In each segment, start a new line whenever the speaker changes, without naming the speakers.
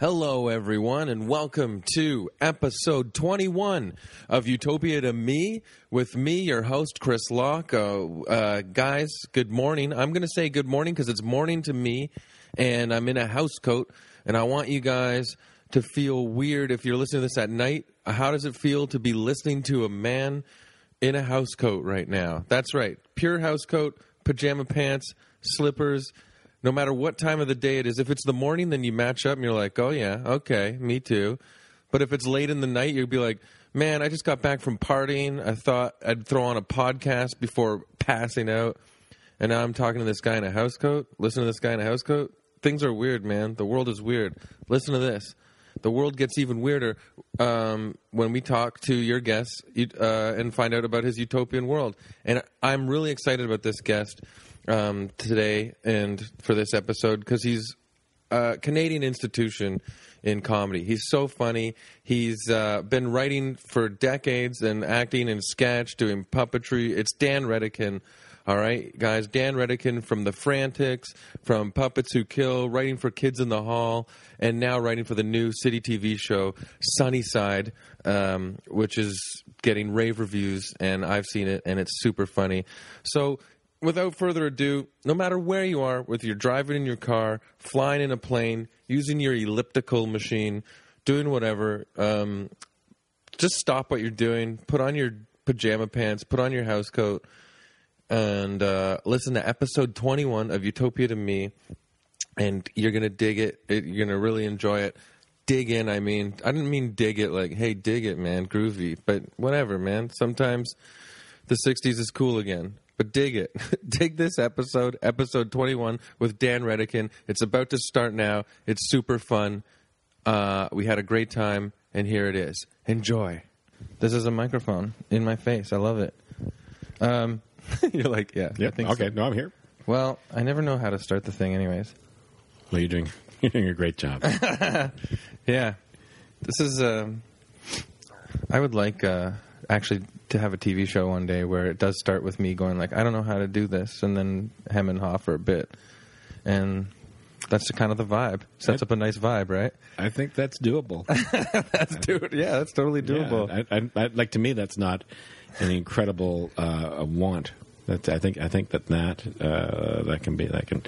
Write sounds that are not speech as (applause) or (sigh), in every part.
Hello, everyone, and welcome to episode 21 of Utopia to Me with me, your host, Chris Locke. Uh, uh, guys, good morning. I'm going to say good morning because it's morning to me, and I'm in a house coat, and I want you guys to feel weird if you're listening to this at night. How does it feel to be listening to a man in a house coat right now? That's right. Pure house coat, pajama pants, slippers no matter what time of the day it is, if it's the morning, then you match up and you're like, oh yeah, okay, me too. But if it's late in the night, you'd be like, man, I just got back from partying. I thought I'd throw on a podcast before passing out. And now I'm talking to this guy in a house coat. Listen to this guy in a house coat. Things are weird, man. The world is weird. Listen to this. The world gets even weirder um, when we talk to your guest uh, and find out about his utopian world. And I'm really excited about this guest um, today and for this episode because he's a Canadian institution in comedy. He's so funny. He's uh, been writing for decades and acting in sketch, doing puppetry. It's Dan Redican. All right, guys. Dan Redican from The Frantics, from Puppets Who Kill, writing for Kids in the Hall, and now writing for the new City TV show Sunnyside, um, which is getting rave reviews, and I've seen it, and it's super funny. So without further ado, no matter where you are, whether you're driving in your car, flying in a plane, using your elliptical machine, doing whatever, um, just stop what you're doing, put on your pajama pants, put on your house coat, and uh, listen to episode 21 of Utopia to Me. And you're going to dig it. it. You're going to really enjoy it. Dig in, I mean. I didn't mean dig it like, hey, dig it, man, groovy. But whatever, man. Sometimes the 60s is cool again. But dig it. (laughs) dig this episode, episode 21 with Dan Redican. It's about to start now. It's super fun. Uh, we had a great time, and here it is. Enjoy. This is a microphone in my face. I love it. Um, (laughs) you're like, yeah. I
Yep.
think so.
okay. No, I'm here.
Well, I never know how to start the thing, anyways.
Well, you're doing (laughs) you're doing a great job.
Yeah, this is. Um, I would like uh, actually to have a TV show one day where it does start with me going like, I don't know how to do this, and then hem and haw for a bit, and that's the kind of the vibe. Sets up a nice vibe, right?
I think that's doable.
(laughs) That's (laughs) dude, yeah, that's totally doable.
Yeah, I, I, I, like to me, that's not an incredible uh, want. That's, I think I think that that uh, that can be that can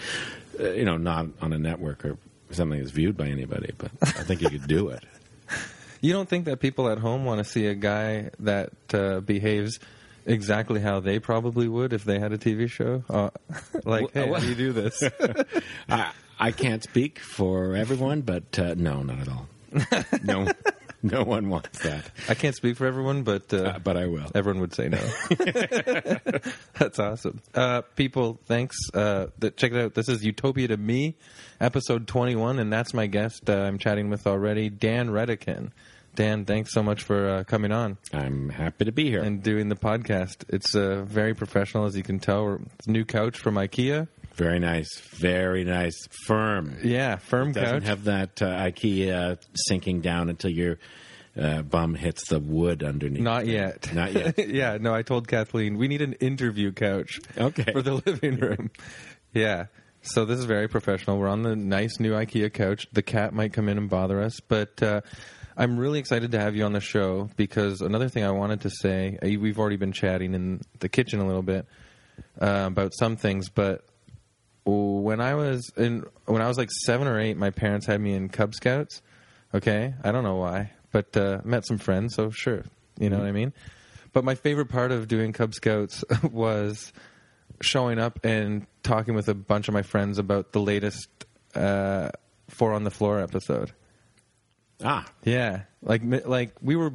uh, you know not on a network or something that's viewed by anybody, but I think you could do it.
you don't think that people at home want to see a guy that uh, behaves exactly how they probably would if they had a TV show? Uh, (laughs)
(laughs)
like, hey, how do you do this?
I, I can't speak for everyone, but uh, no, not
(laughs)
at all. No, no one wants that.
I can't speak for everyone, but uh,
Uh, but I will.
Everyone would say
(laughs)
no. That's awesome. Uh, people, thanks. Uh, th- check it out. This is Utopia to Me, episode 21, and that's my guest uh, I'm chatting with already, Dan Redican. Dan, thanks so much for uh, coming on
I'm happy to be here.
and doing the podcast. It's uh, very professional, as you can tell. We're- It's a new couch from IKEA.
Very nice. Very nice. Firm.
Yeah, firm
Doesn't
couch.
have that uh, IKEA sinking down until your uh, bum hits the wood underneath.
Not yet.
Not
(laughs)
yet.
yeah, no, I told Kathleen we need an interview couch
Okay.
for the living room. Yeah. So this is very professional. We're on the nice new IKEA couch. The cat might come in and bother us, but uh, I'm really excited to have you on the show because another thing I wanted to say, uh, we've already been chatting in the kitchen a little bit uh, about some things, but when I was in when I was like seven or eight, my parents had me in Cub Scouts. Okay, I don't know why, but uh, met some friends, so sure, You know what I mean? But my favorite part of doing Cub Scouts (laughs) was showing up and talking with a bunch of my friends about the latest uh, Four on the Floor episode.
Ah,
Yeah, like mi- like we were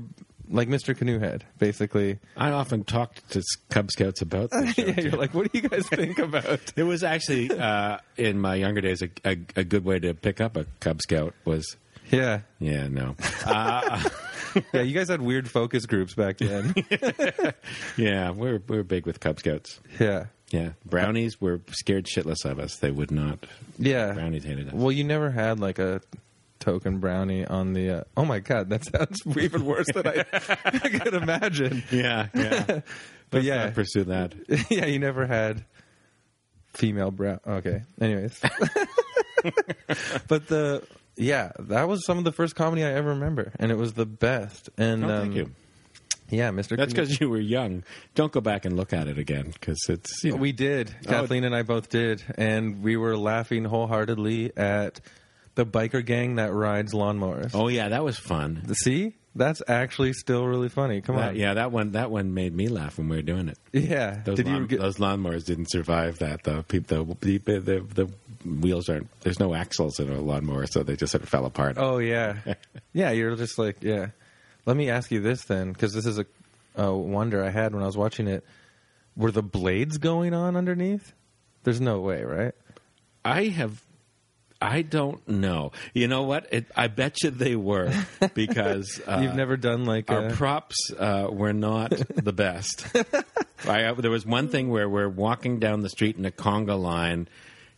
like Mr. Canoehead, basically.
I often talked to s- Cub Scouts about
(laughs)
this.
yeah, you're like, what do you guys think about?
There was actually uh, in my younger days a, a, a good way to pick up a Cub Scout was
(laughs) Yeah, (laughs)
yeah no
yeah. You guys had weird focus groups back then. (laughs)
yeah we were we were big with Cub Scouts
yeah,
yeah brownies were scared shitless of us they would not
yeah.
brownies hated us
Well, you never had like a token brownie on the. Uh, oh my god, that sounds (laughs) even worse than I, (laughs) I could imagine.
yeah yeah
(laughs) But
Let's
yeah.
not pursue that
(laughs) yeah, you never had female brown. Okay, anyways. (laughs) but the yeah, that was some of the first comedy I ever remember, and it was the best. And
no
um,
Oh, thank you
Yeah, Mr.
that's
Canoe-
because you were young don't go back and look at it again because it's you (laughs) Oh. know,
we did. Kathleen and I both did, and we were laughing wholeheartedly at the biker gang that rides lawnmowers.
oh yeah that was fun
See, that's actually still really funny. Come
That-
on,
yeah that one that one made me laugh when we were doing it
yeah.
Those,
did
lawn,
you get?
those lawnmowers didn't survive that though. People, the, the, the, the wheels aren't. There's no axles in a lawnmower, so they just sort of fell apart.
Oh
(laughs)
yeah, yeah. You're just like yeah. Let me ask you this then, because this is a, a wonder I had when I was watching it. Were the blades going on underneath? There's no way, right?
I have. I don't know. You know what? It, I bet you they were because uh,
(laughs) You've never done like
our
a,
props uh, were not the
(laughs)
best. I, there was one thing where we're walking down the street in a conga line.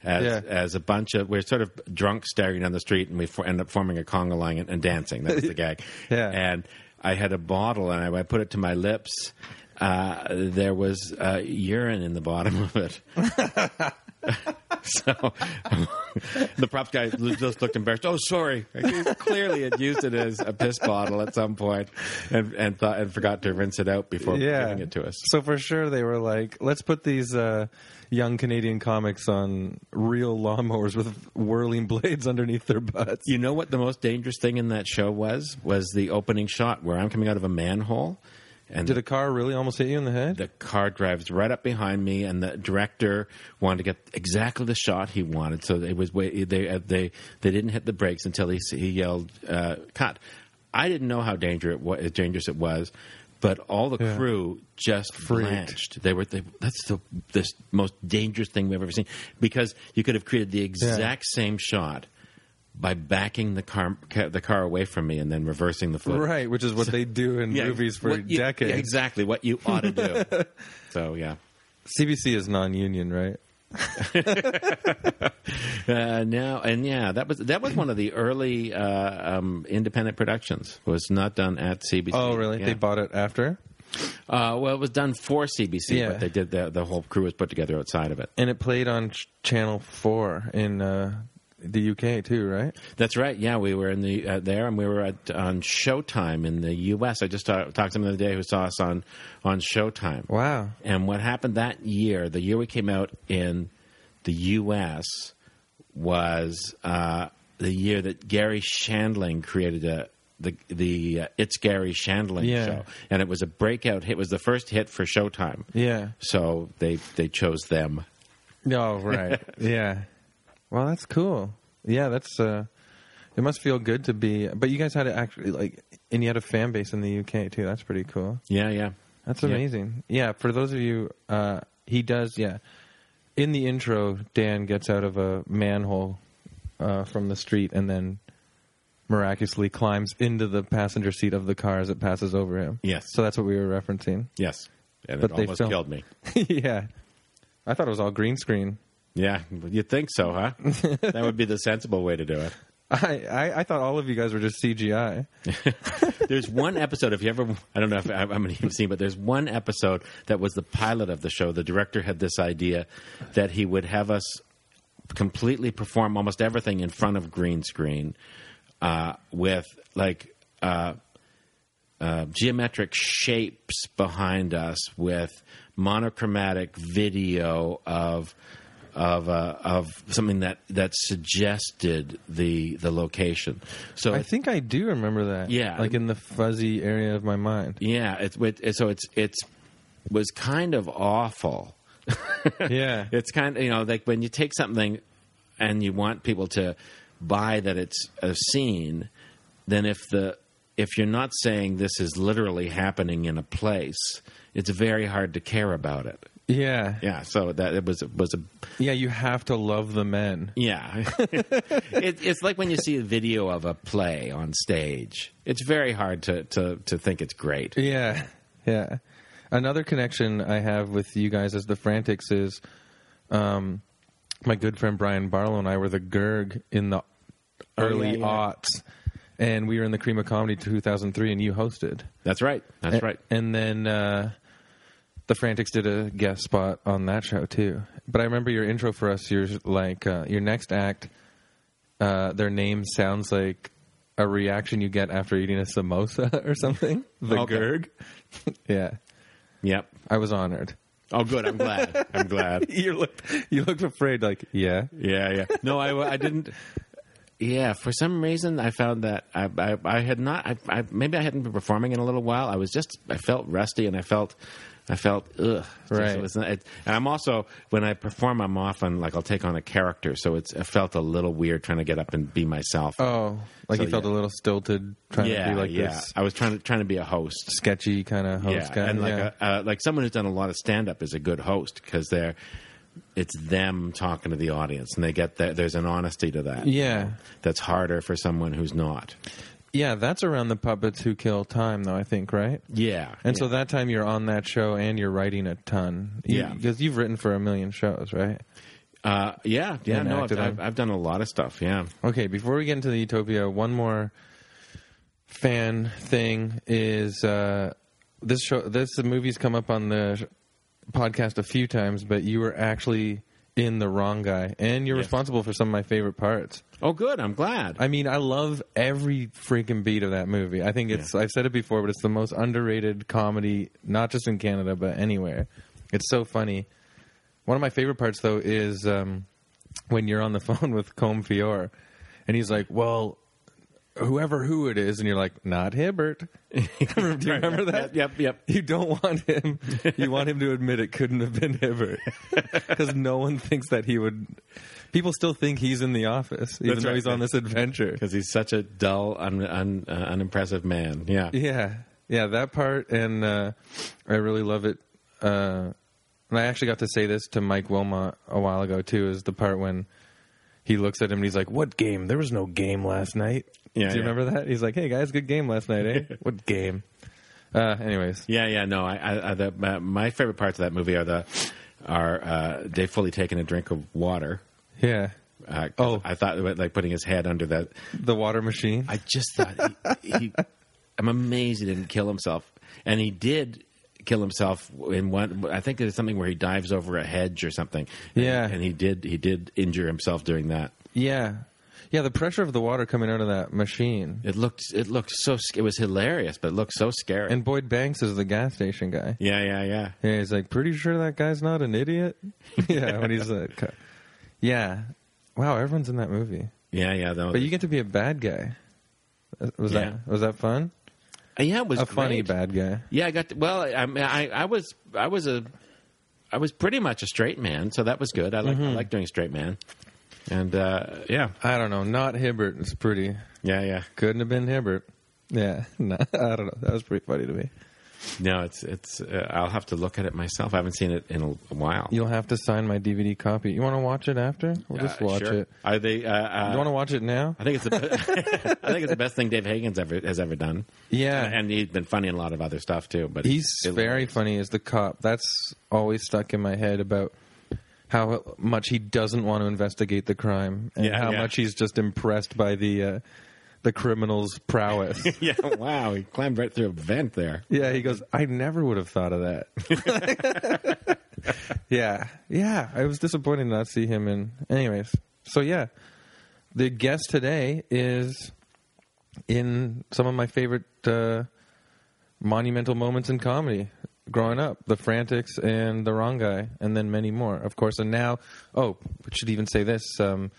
As,
Yeah.
as a bunch of we're sort of drunk staring down the street and we for, end up forming a conga line and, and dancing that was
(laughs)
the gag
Yeah.
and I had a bottle and I, when I put it to my lips uh, there was uh, urine in the bottom of it (laughs) so the props guy just looked embarrassed. Oh, sorry. Clearly, had used it as a piss bottle at some point, and and thought and forgot to rinse it out
(laughs)
before
yeah.
giving it to us.
So for sure they were like, let's put these uh, young Canadian comics on real lawnmowers with whirling (laughs) blades underneath their butts.
You know what the most dangerous thing in that show was? Was the opening shot where I'm coming out of a manhole, and
Did a car really almost hit you in the head?
the car drives right up behind me, and the director wanted to get exactly the shot he wanted. So it was way, they uh, they they didn't hit the brakes until he s- he yelled uh, cut. I didn't know how dangerous it was, dangerous it was, but all the
Yeah.
crew just
Freaked.
blanched. They were they, that's the this most dangerous thing we've ever seen because you could have created the exact same shot. By backing the car ca- the car away from me and then reversing the foot,
right, which is what they do
(laughs)
in movies for
what you-
decades.
yeah, exactly what you ought to
(laughs)
do. so yeah,
CBC is non-union, right?
uh, now and yeah, that was that was one of the early uh, um, independent productions. Was not done at CBC.
Oh, really?
Yeah.
They bought it after?
uh, well, it was done for CBC,
Yeah.
but they did the the whole crew was put together outside of it.
and it played on ch- channel 4 in uh, the UK too, right?
That's right. Yeah, we were in the uh, there, and we were at on Showtime in the U.S. I just ta- talked to someone the other day who saw us on on Showtime.
Wow.
And what happened that year, the year we came out in the U.S., was uh, the year that Gary Shandling created a, the the uh, It's Gary Shandling
Yeah.
show, and it was a breakout hit. It was the first hit for Showtime.
Yeah.
So they they chose them.
(laughs) Oh, right. yeah. Well, that's cool. Yeah, that's uh it must feel good to be but you guys had it actually like and you had a fan base in the UK too. That's pretty cool.
Yeah, yeah.
That's
Yeah.
amazing. Yeah, for those of you uh he does, yeah. In the intro, Dan gets out of a manhole uh from the street and then miraculously climbs into the passenger seat of the car as it passes over him.
Yes.
So that's what we were referencing.
(laughs) Yes, and
But
it
they
almost
filmed-
killed me.
yeah. I thought it was all green screen.
Yeah, you'd think so,
(laughs)
huh? that would be the sensible way to do it.
I, I, I thought all of you guys were just CGI.
There's one episode. If you ever, I don't know if I, how many you've seen, but there's one episode that was the pilot of the show. The director had this idea that he would have us completely perform almost everything in front of green screen uh, with like uh, uh, geometric shapes behind us with monochromatic video of of uh, of something that that suggested the the location. So
I think I do remember that.
Yeah.
Like in the fuzzy area of my
(laughs)
mind.
yeah, it's with- so it's it's was kind of awful. (laughs)
Yeah.
It's kind of you know like when you take something and you want people to buy that it's a scene, then if the if you're not saying this is literally happening in a place, it's very hard to care about it.
Yeah.
Yeah, so that it was was a
Yeah, you have to love the men.
yeah. (laughs) it, it's like when you see a video of a play on stage. It's very hard to to, to think it's great.
Yeah, yeah. Another connection I have with you guys as the Frantics is, um, my good friend Brian Barlow and I were the Gerg in the early
Oh, yeah, yeah.
aughts, and we were in the Cream of Comedy 2003, and you hosted.
That's right.
Eh.
That's right.
And then uh, the Frantics did a guest spot on that show too. But I remember your intro for us. Your like uh, your next act. Uh, their name sounds like a reaction you get after eating a samosa (laughs) or something. The
Okay.
Gerg. (laughs) yeah,
Yep.
I was honored.
Oh, good. I'm glad.
(laughs)
I'm glad.
You looked you looked afraid. Like yeah,
Yeah, yeah. No, I, I didn't. Yeah, for some reason I found that I I, I had not I, I maybe I hadn't been performing in a little while. I was just I felt rusty and I felt I felt ugh. Just-
Right.
it's not- it- and I'm also when I perform, I'm often like I'll take on a character, so it's it felt a little weird trying to get up and be myself.
oh, like
So,
you felt
yeah.
a little stilted trying
yeah,
to be like
yeah.
this
I was trying to trying to be a host.
sketchy kind of host
yeah,
guy.
and like
yeah.
A, uh, like someone who's done a lot of stand up is a good host because they're it's them talking to the audience and they get that there's an honesty to that.
yeah,
that's harder for someone who's not.
yeah. That's around the puppets who kill time, though. I think right.
Yeah,
And so that time you're on that show and you're writing a ton. You-
Yeah.
Because you've written for a million shows, right?
uh, yeah, yeah.
And
No, I've,
acted
I've,
on.
I've done a lot of stuff. Yeah,
Okay, before we get into the Utopia, one more fan thing is uh, this show, this movie's come up on the sh- podcast a few times, but you were actually in the wrong guy and you're
Yes.
responsible for some of my favorite parts.
oh, good. I'm glad.
I mean, I love every freaking beat of that movie. I think it's I've said it before, but it's the most underrated comedy, not just in Canada but anywhere. It's so funny. One of my favorite parts though is um, when you're on the (laughs) phone with Combe Fior, and he's like, "Well, whoever who it is," and you're like, "Not Hibbert." (laughs) Do you remember that?
Yep, yep.
You don't want him. You want him to admit it couldn't have been (laughs) Hibbert because no one thinks that he would. People still think he's in the office, even
That's
though
right.
he's on this adventure.
because he's such a dull, un, un, uh, unimpressive man. Yeah.
Yeah, yeah, that part, and uh, I really love it. Uh, and I actually got to say this to Mike Wilmot a while ago too. Is the part when he looks at him and he's like, "What game? There was no game last night."
Yeah,
Do you
yeah.
remember that? He's like, "Hey guys, good game last night, eh?
(laughs)
what game?" Uh, anyways,
Yeah, yeah, no. I, I, I the, my, my favorite parts of that movie are the are uh, Dave Foley taking a drink of water.
yeah,
Uh, 'cause
Oh.
I thought about, like putting his head under that.
the water machine.
I just thought he, he, I'm amazed he didn't kill himself, and he did kill himself in one. I think there's something where he dives over a hedge or something. And-
Yeah.
and he did he did injure himself doing that.
Yeah, yeah, the pressure of the water coming out of that machine.
It looked it looked so sc- it was hilarious, but it looked so scary.
And Boyd Banks is the gas station guy.
yeah, yeah, yeah.
Yeah, he's like, pretty sure that guy's not an idiot. (laughs) yeah, when he's like, cu- yeah, wow, everyone's in that movie,
Yeah, yeah, no,
but you get to be a bad guy. Uh, Was
Yeah.
that was that fun?
Uh, yeah, it was
A funny
great.
bad guy.
Yeah, I got to, well. I, mean, I I was I was a I was pretty much a straight man, so that was good. I like I
Mm-hmm.
like doing straight man, and uh, yeah,
I don't know. Not Hibbert. It's pretty.
yeah, yeah.
Couldn't have been Hibbert. Yeah, (laughs) no, I don't know. That was pretty funny to me.
No, it's it's. Uh, I'll have to look at it myself. I haven't seen it in a while.
You'll have to sign my DVD copy. You want to watch it after? We'll just
Uh,
watch
sure.
it.
Are they? Uh, uh,
You want to watch it now?
I think it's the. (laughs) I think it's the best thing Dave Hagen's ever has ever done. Uh,
Yeah.
and he's been funny in a lot of other stuff too. But
He's
it-
very funny as the cop. That's always stuck in my head about how much he doesn't want to investigate the crime and
Yeah,
how
yeah.
much he's just impressed by the uh, the criminal's
(laughs)
prowess.
(laughs) Yeah, wow, he climbed right through a vent there.
yeah, he goes, "I never would have thought of that." (laughs) yeah. Yeah, I was disappointed to not see him in anyways. So yeah, the guest today is in some of my favorite uh, monumental moments in comedy. growing up the frantics and the wrong guy and then many more of course and now oh we should even say this um,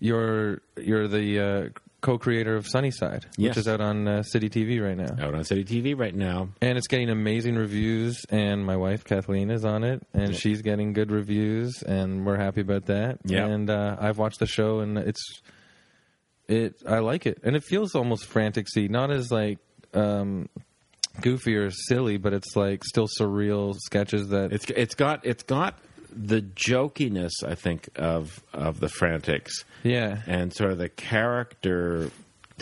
you're you're the uh, co-creator of sunnyside
Yes.
which is out on uh, city tv right now
Out on City TV right now.
and it's getting amazing reviews and my wife kathleen is on it and she's getting good reviews and we're happy about that
Yeah.
and uh, i've watched the show and it's it i like it and it feels almost frantic-y not as like um goofy or silly but it's like still surreal sketches that
It's it's got it's got the jokiness I think of of the Frantics
yeah
and sort of the character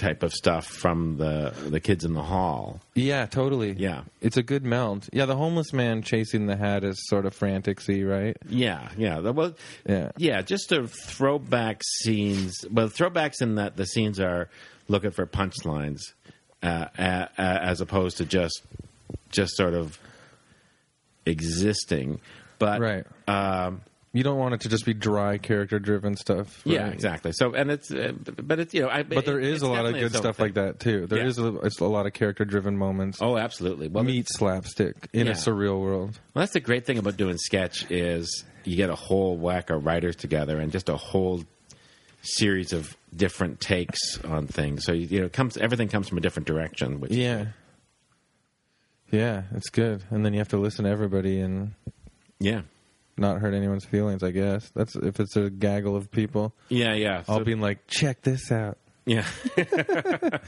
type of stuff from the the kids in the hall.
yeah totally
Yeah.
it's a good meld yeah the homeless man chasing the hat is sort of frantic-y right
Yeah, yeah. That was
Yeah.
yeah. Just a throwback scenes. Well, throwbacks in that the scenes are looking for punchlines, uh, a, a, as opposed to just just sort of existing. But
right
um,
you don't want it to just be dry character driven stuff
yeah,
right?
exactly. So and it's uh, but it's you know I,
But there is
it's
a lot of
definitely
good
its own
stuff
thing.
like that too. There
Yeah.
is a, it's a lot of character driven moments.
Oh, absolutely. Well,
Meet slapstick in
Yeah.
a surreal world.
Well, that's the great thing about doing sketch is you get a whole whack of writers together and just a whole series of different takes on things. So you, you know, it comes everything comes from a different direction. Which
Yeah. Yeah, it's good. And then you have to listen to everybody and
yeah,
not hurt anyone's feelings, I guess. That's if it's a gaggle of people
yeah, yeah. So-
all being like, check this out.
(laughs) yeah.
Yeah.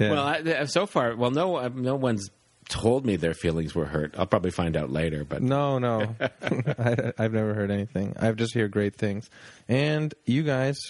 Well, I, th- so far, well, no, uh, no one's told me their feelings were hurt. I'll probably find out later, but
no,
(laughs)
no. (laughs) I, I've never heard anything. I've just heard great things. And you guys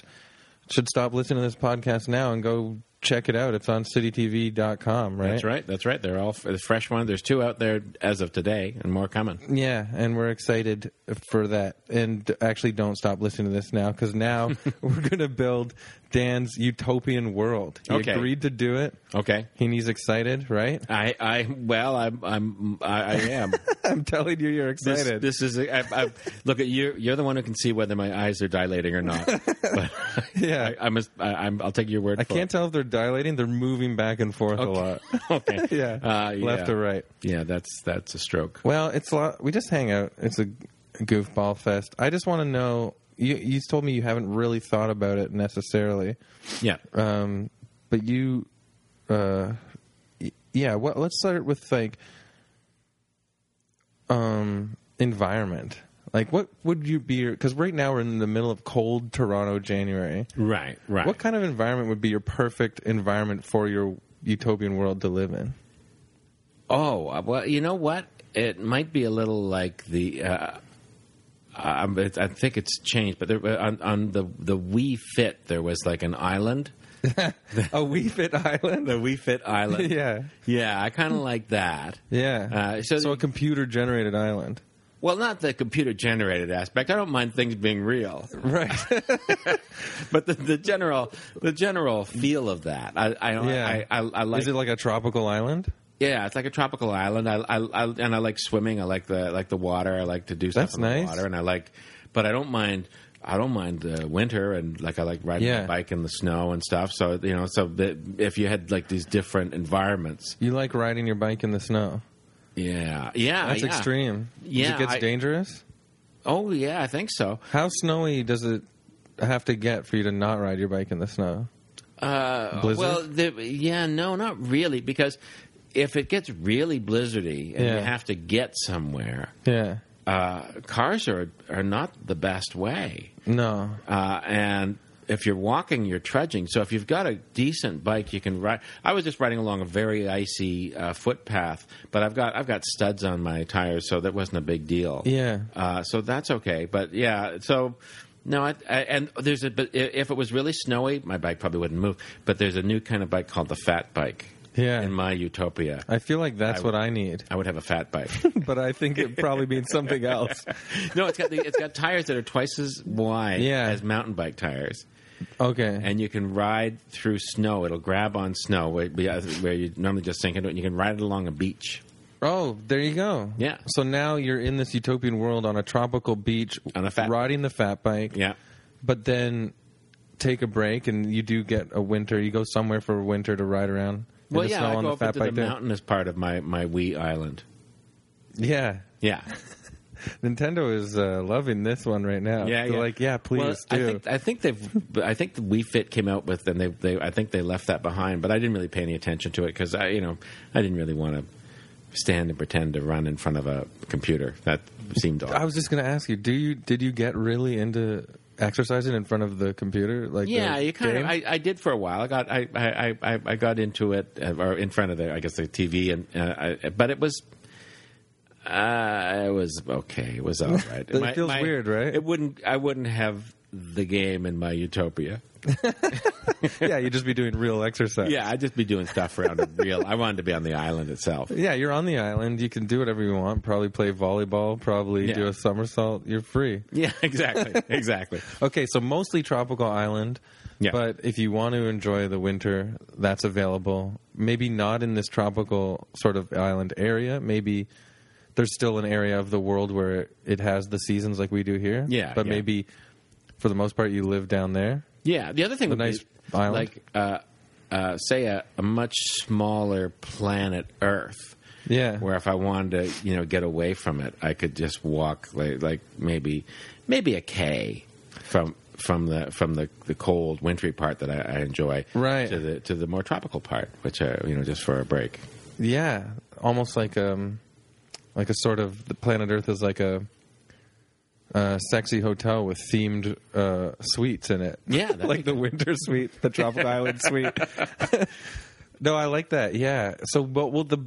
should stop listening to this podcast now and go check it out. It's on citytv.com, right?
that's right. That's right. They're all f- the fresh one. There's two out there as of today, and more coming.
Yeah, and we're excited for that. And actually, don't stop listening to this now because (laughs) now we're going to build Dan's utopian world. He
Okay.
agreed to do it.
Okay.
He needs excited, right?
I, I, well, I'm, I'm, I, I (laughs) am.
(laughs) I'm telling you, you're
This-
excited.
This, is a, I, I, look. You're you're the one who can see whether my eyes are dilating
(laughs)
or not. But
yeah.
I, I'm, as- I, I'm. I'll take your word.
I,
for
can't tell if they're dilating. They're moving back and forth a lot.
it. (laughs) okay.
(laughs) Yeah.
Uh, yeah.
Left or right.
Yeah. That's that's a stroke.
Well, it's a lot. We just hang out. It's a goofball fest. I just want to know. You, you told me you haven't really thought about it necessarily.
Yeah.
um, but you, uh, y- yeah. What? Let's start with like, um, environment. Like, what would you be? Because right now we're in the middle of cold Toronto, January.
Right. Right.
What kind of environment would be your perfect environment for your utopian world to live
(laughs)
in?
Oh uh, well, you know what? It might be a little like the. Uh, um, it's, I think it's changed, but there, uh, on, on the the We Fit there was like an island,
A wee fit
(laughs)
island.
the We Fit
(laughs)
island.
Yeah,
yeah, I kind of
(laughs)
like that.
yeah.
Uh, so-
so a computer-generated island.
Well, not the computer generated aspect. I don't mind things being real,
Right.
(laughs) but the, the general the general feel of that. I I,
Yeah.
I, I, I like.
Is it like a tropical island?
yeah, it's like a tropical island. I, I, I and I like swimming. I like the I like the water. I like to do stuff
That's
in
nice.
the water, and I like. But I don't mind. I don't mind the winter, and like I like riding
Yeah.
my bike in the snow and stuff. So you know, so the, if you had like these different environments,
You like riding your bike in the snow.
yeah, yeah,
That's
Uh, yeah.
extreme.
Yeah,
Does it gets
I-
dangerous?
Oh yeah, I think so.
How snowy does it have to get for you to not ride your bike in the snow?
Uh,
Blizzard?
Well, the, yeah, no, not really, because if it gets really blizzardy and you
Yeah.
have to get somewhere,
Yeah.
uh, cars are are not the best way.
No.
Uh, and if you're walking, you're trudging. So if you've got a decent bike, you can ride. I was just riding along a very icy uh, footpath, but I've got I've got studs on my tires, so that wasn't a big deal.
Yeah.
Uh, so that's okay. But yeah, so no, I, I, and there's a but i- if it was really snowy, my bike probably wouldn't move. But there's a new kind of bike called the fat bike.
Yeah.
In my utopia,
I feel like that's what I need,
I would have a
(laughs)
fat bike.
but I think it probably means something
(laughs)
else.
no, it's got the, it's got tires that are twice as wide
Yeah.
as mountain bike tires.
Okay.
and you can ride through snow. It'll grab on snow where, where you normally just sink into it. And you can ride it along a beach.
oh, there you go.
Yeah.
So now you're in this utopian world on a tropical beach,
On a fat-
riding the fat bike.
Yeah,
But then take a break, and you do get a winter. You go somewhere for a winter to ride around. in
well,
the
yeah,
snow
I
on
go
the
up
fat
into the
bike there.
mountainous part of my my wee island.
Yeah.
Yeah.
Nintendo is uh, loving this one right now.
Yeah,
They're
yeah.
like, yeah, please
Well,
do.
I think I think they've but I think the Wii Fit came out with and they they I think they left that behind, but I didn't really pay any attention to it because I you know I didn't really want to stand and pretend to run in front of a computer. That seemed odd.
I was just going to ask you, do you did you get really into exercising in front of the computer? Like,
yeah,
the
you kind
game?
of. I, I did for a while. I got I I, I, I got into it uh, or in front of the I guess the TV and uh, I, but it was. Uh, it was okay.
(laughs)
It was all right.
It feels weird, right?
It wouldn't. I wouldn't have the game in my utopia.
(laughs) yeah, you'd just be doing real exercise.
Yeah, I'd just be doing stuff around a real. I wanted to be on the island itself.
Yeah, you're on the island. You can do whatever you want. Probably play volleyball. Probably
Yeah.
do a somersault. You're free.
(laughs) Yeah, exactly, exactly.
Okay, so mostly tropical island.
Yeah.
But if you want to enjoy the winter, that's available. Maybe not in this tropical sort of island area. Maybe there's still an area of the world where it has the seasons like we do here.
Yeah,
But
yeah.
maybe for the most part, you live down there.
Yeah, the other thing would
nice
be
island.
like uh, uh, say a, a much smaller planet Earth.
Yeah.
Where if I wanted to, you know, get away from it, I could just walk like, like maybe maybe a K from from the from the, the cold wintry part that I, I enjoy
Right.
to the to the more tropical part, which I you know just for a break.
Yeah, almost like um, like a sort of the planet Earth is like a. Uh, sexy hotel with themed uh, suites in it. (laughs)
Yeah, that'd
like
be
the winter suite, the tropical island suite.
(laughs)
no, I like that. Yeah. So, but well, the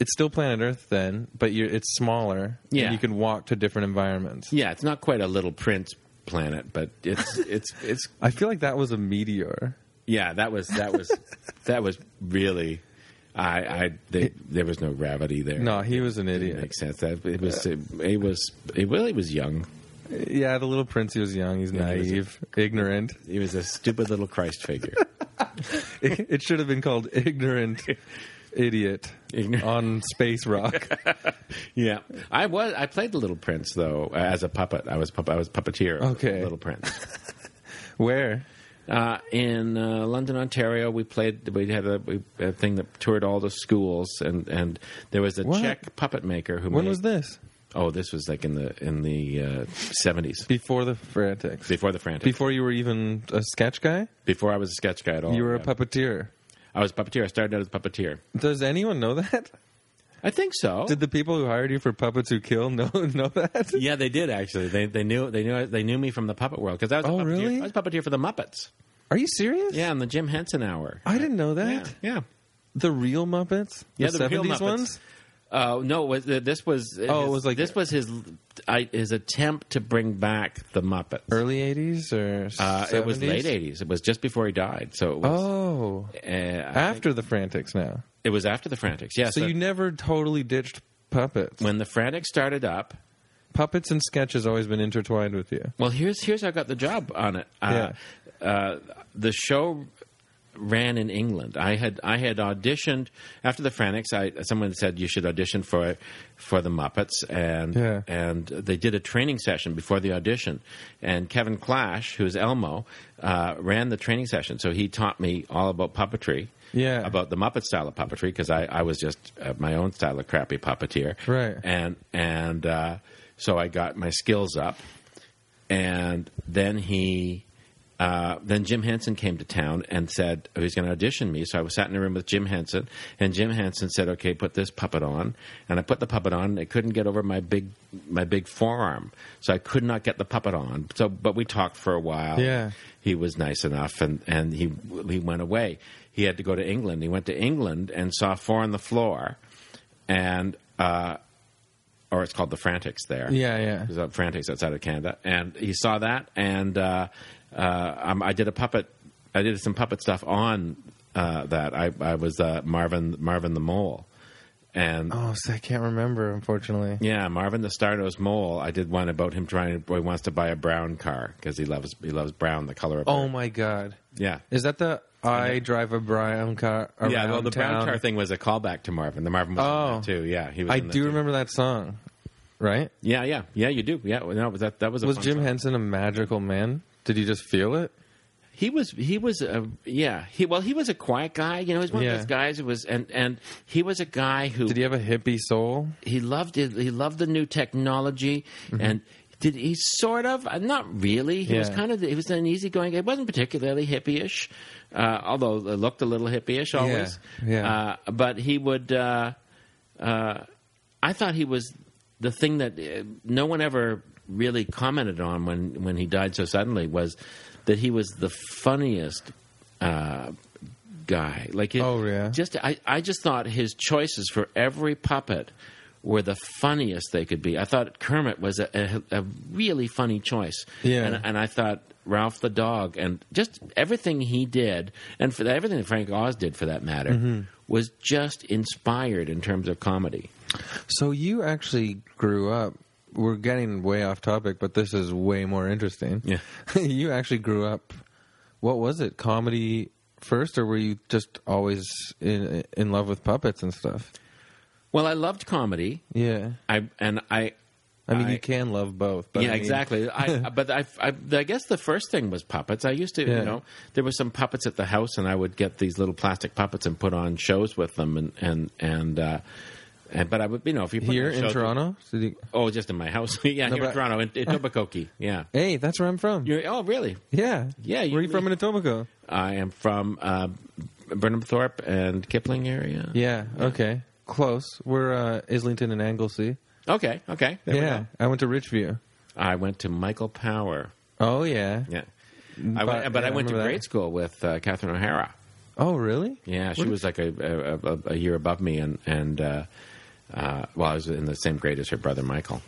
it's still planet Earth then, but you're, it's smaller. and
Yeah.
you can walk to different environments.
Yeah, it's not quite a Little Prince planet, but it's (laughs) it's it's
I feel like that was a meteor.
Yeah, that was
(laughs)
that was that was really. I, I they, there was no gravity there.
No, he was an
it
idiot.
makes sense. That it was it, it was it really was young.
Yeah, the little prince. He was young. He's
he was a-
naive, ignorant.
He was a stupid little Christ
(laughs)
figure.
it, it should have been called ignorant idiot
Ignorant.
on space
(laughs)
rock
yeah, I was I played the Little Prince though uh, as a puppet. I was pup- I was puppeteer. of
Okay.
the Little Prince.
where
Uh, in uh, London, Ontario, we played. We had a, we, a thing that toured all the schools, and, and there was a
What?
Czech puppet maker who.
when
made,
was this
Oh, this was like in the in the uh, seventies
before the frantics
before the frantic.
before you were even a sketch guy
before I was a sketch guy at all.
you were
Oh, yeah.
a puppeteer
I was a puppeteer. I started out as a puppeteer.
does anyone know that
I think so.
did the people who hired you for puppets who kill know (laughs) know that
yeah, they did actually. They they knew they knew they knew me from the puppet world because I was
Oh,
a puppeteer.
really?
I was a puppeteer for the Muppets.
are you serious
Yeah, on the Jim Henson Hour.
i didn't know that
yeah, yeah.
the real muppets
Yeah,
the,
the real
70s
Muppets.
ones
Uh, no, it was, uh, this was
Oh, it
his-
was like-
this was his I, his attempt to bring back the Muppets.
early 80s or
uh, it was
70s?
late eighties. It was just before he died. So it was
oh
uh, I think
after the frantics now
it was after the Frantics. Yeah.
so, you never totally ditched puppets
when the Frantics started up,
puppets and sketch has always been intertwined with you.
Well, here's here's how I got the job on it. Uh, uh, the show ran in England. I had I had auditioned after the Frantics. I someone said you should audition for for the Muppets, and
Yeah.
and they did a training session before the audition. And Kevin Clash, who's Elmo, uh, ran the training session, so he taught me all about puppetry.
Yeah.
about the Muppet style of puppetry because I, I was just uh, my own style of crappy puppeteer.
Right.
and and uh, so I got my skills up and then he uh, then Jim Henson came to town and said oh, he's going to audition me. So I was sat in a room with Jim Henson, and Jim Henson said, "Okay, put this puppet on." And I put the puppet on. And I couldn't get over my big my big forearm, so I could not get the puppet on. So, but we talked for a while.
Yeah.
he was nice enough, and and he he went away. He had to go to England. He went to England and saw Four on the Floor, and uh, or it's called the Frantics there.
Yeah, yeah.
It was at Frantics outside of Canada, and he saw that, and uh, uh, um, I did a puppet. I did some puppet stuff on uh, that. I, I was uh, Marvin Marvin the Mole, and
Oh, so I can't remember, unfortunately.
yeah, Marvin the Stardust Mole. I did one about him trying. To, he wants to buy a brown car because he loves he loves brown, the color of.
Oh
brown.
my God,
yeah.
is that the I drive a brown car around
yeah, well, the brown
town?
car thing was a callback to Marvin. The Marvin was
Oh.
in that too. Yeah, he was.
I
in that
do
too.
remember that song, right?
Yeah, yeah, yeah. You do. Yeah, well, no, that that was a
Was
fun
Jim
song.
Henson a magical man? Did you just feel it?
He was he was a yeah he well he was a quiet guy you know he's one
Yeah.
of those guys who was and and he was a guy who
Did he have a hippie soul?
he loved it. He loved the new technology, and did he sort of? uh, Not really. He was
Mm-hmm. Yeah.
kind of. He was an easygoing. guy. He wasn't particularly hippie-ish, uh, although it looked a little hippie-ish always.
yeah.
Uh, but he would. Uh, uh, I thought he was the thing that uh, no one ever really commented on when when he died so suddenly was that he was the funniest. Uh, guy like it,
Oh, yeah.
just I, I just thought his choices for every puppet were the funniest they could be. I thought Kermit was a, a, a really funny choice.
Yeah.
And, and I thought Ralph the dog and just everything he did and for everything that Frank Oz did for that matter
Mm-hmm.
was just inspired in terms of comedy.
So you actually grew up. We're getting way off topic, but this is way more interesting.
Yeah.
(laughs) you actually grew up. What was it? Comedy first, or were you just always in in love with puppets and stuff?
Well, I loved comedy.
Yeah.
I and I
I mean,
I-
you can love both. But
yeah,
I mean-
exactly.
(laughs)
I, but I, I, I guess the first thing was puppets. I used to,
Yeah.
you know, there were some puppets at the house, and I would get these little plastic puppets and put on shows with them, and and and. Uh, and, but I would, you know, if you put
Here
on a
in
show-
Toronto. Did you-
oh, just in my house, (laughs) yeah,
No,
here in
but-
Toronto, in, in Etobicoke,
(laughs)
yeah.
hey, that's where I'm from.
You're, oh, really?
yeah.
Yeah, you-
Where are you from in Etobicoke?
I am from uh, Burnhamthorpe and Kipling area.
Yeah. Okay. Close. We're uh, Islington and Anglesey.
Okay, okay. There We
Yeah.
go.
I went to Richview.
I went to Michael Power.
Oh yeah.
Yeah. I
But-
went, but
yeah,
I
I
went to
remember that.
grade school with uh, Catherine O'Hara.
Oh really?
Yeah, she
What-
was like a, a, a, a year above me, and and uh, uh, well, I was in the same grade as her brother Michael.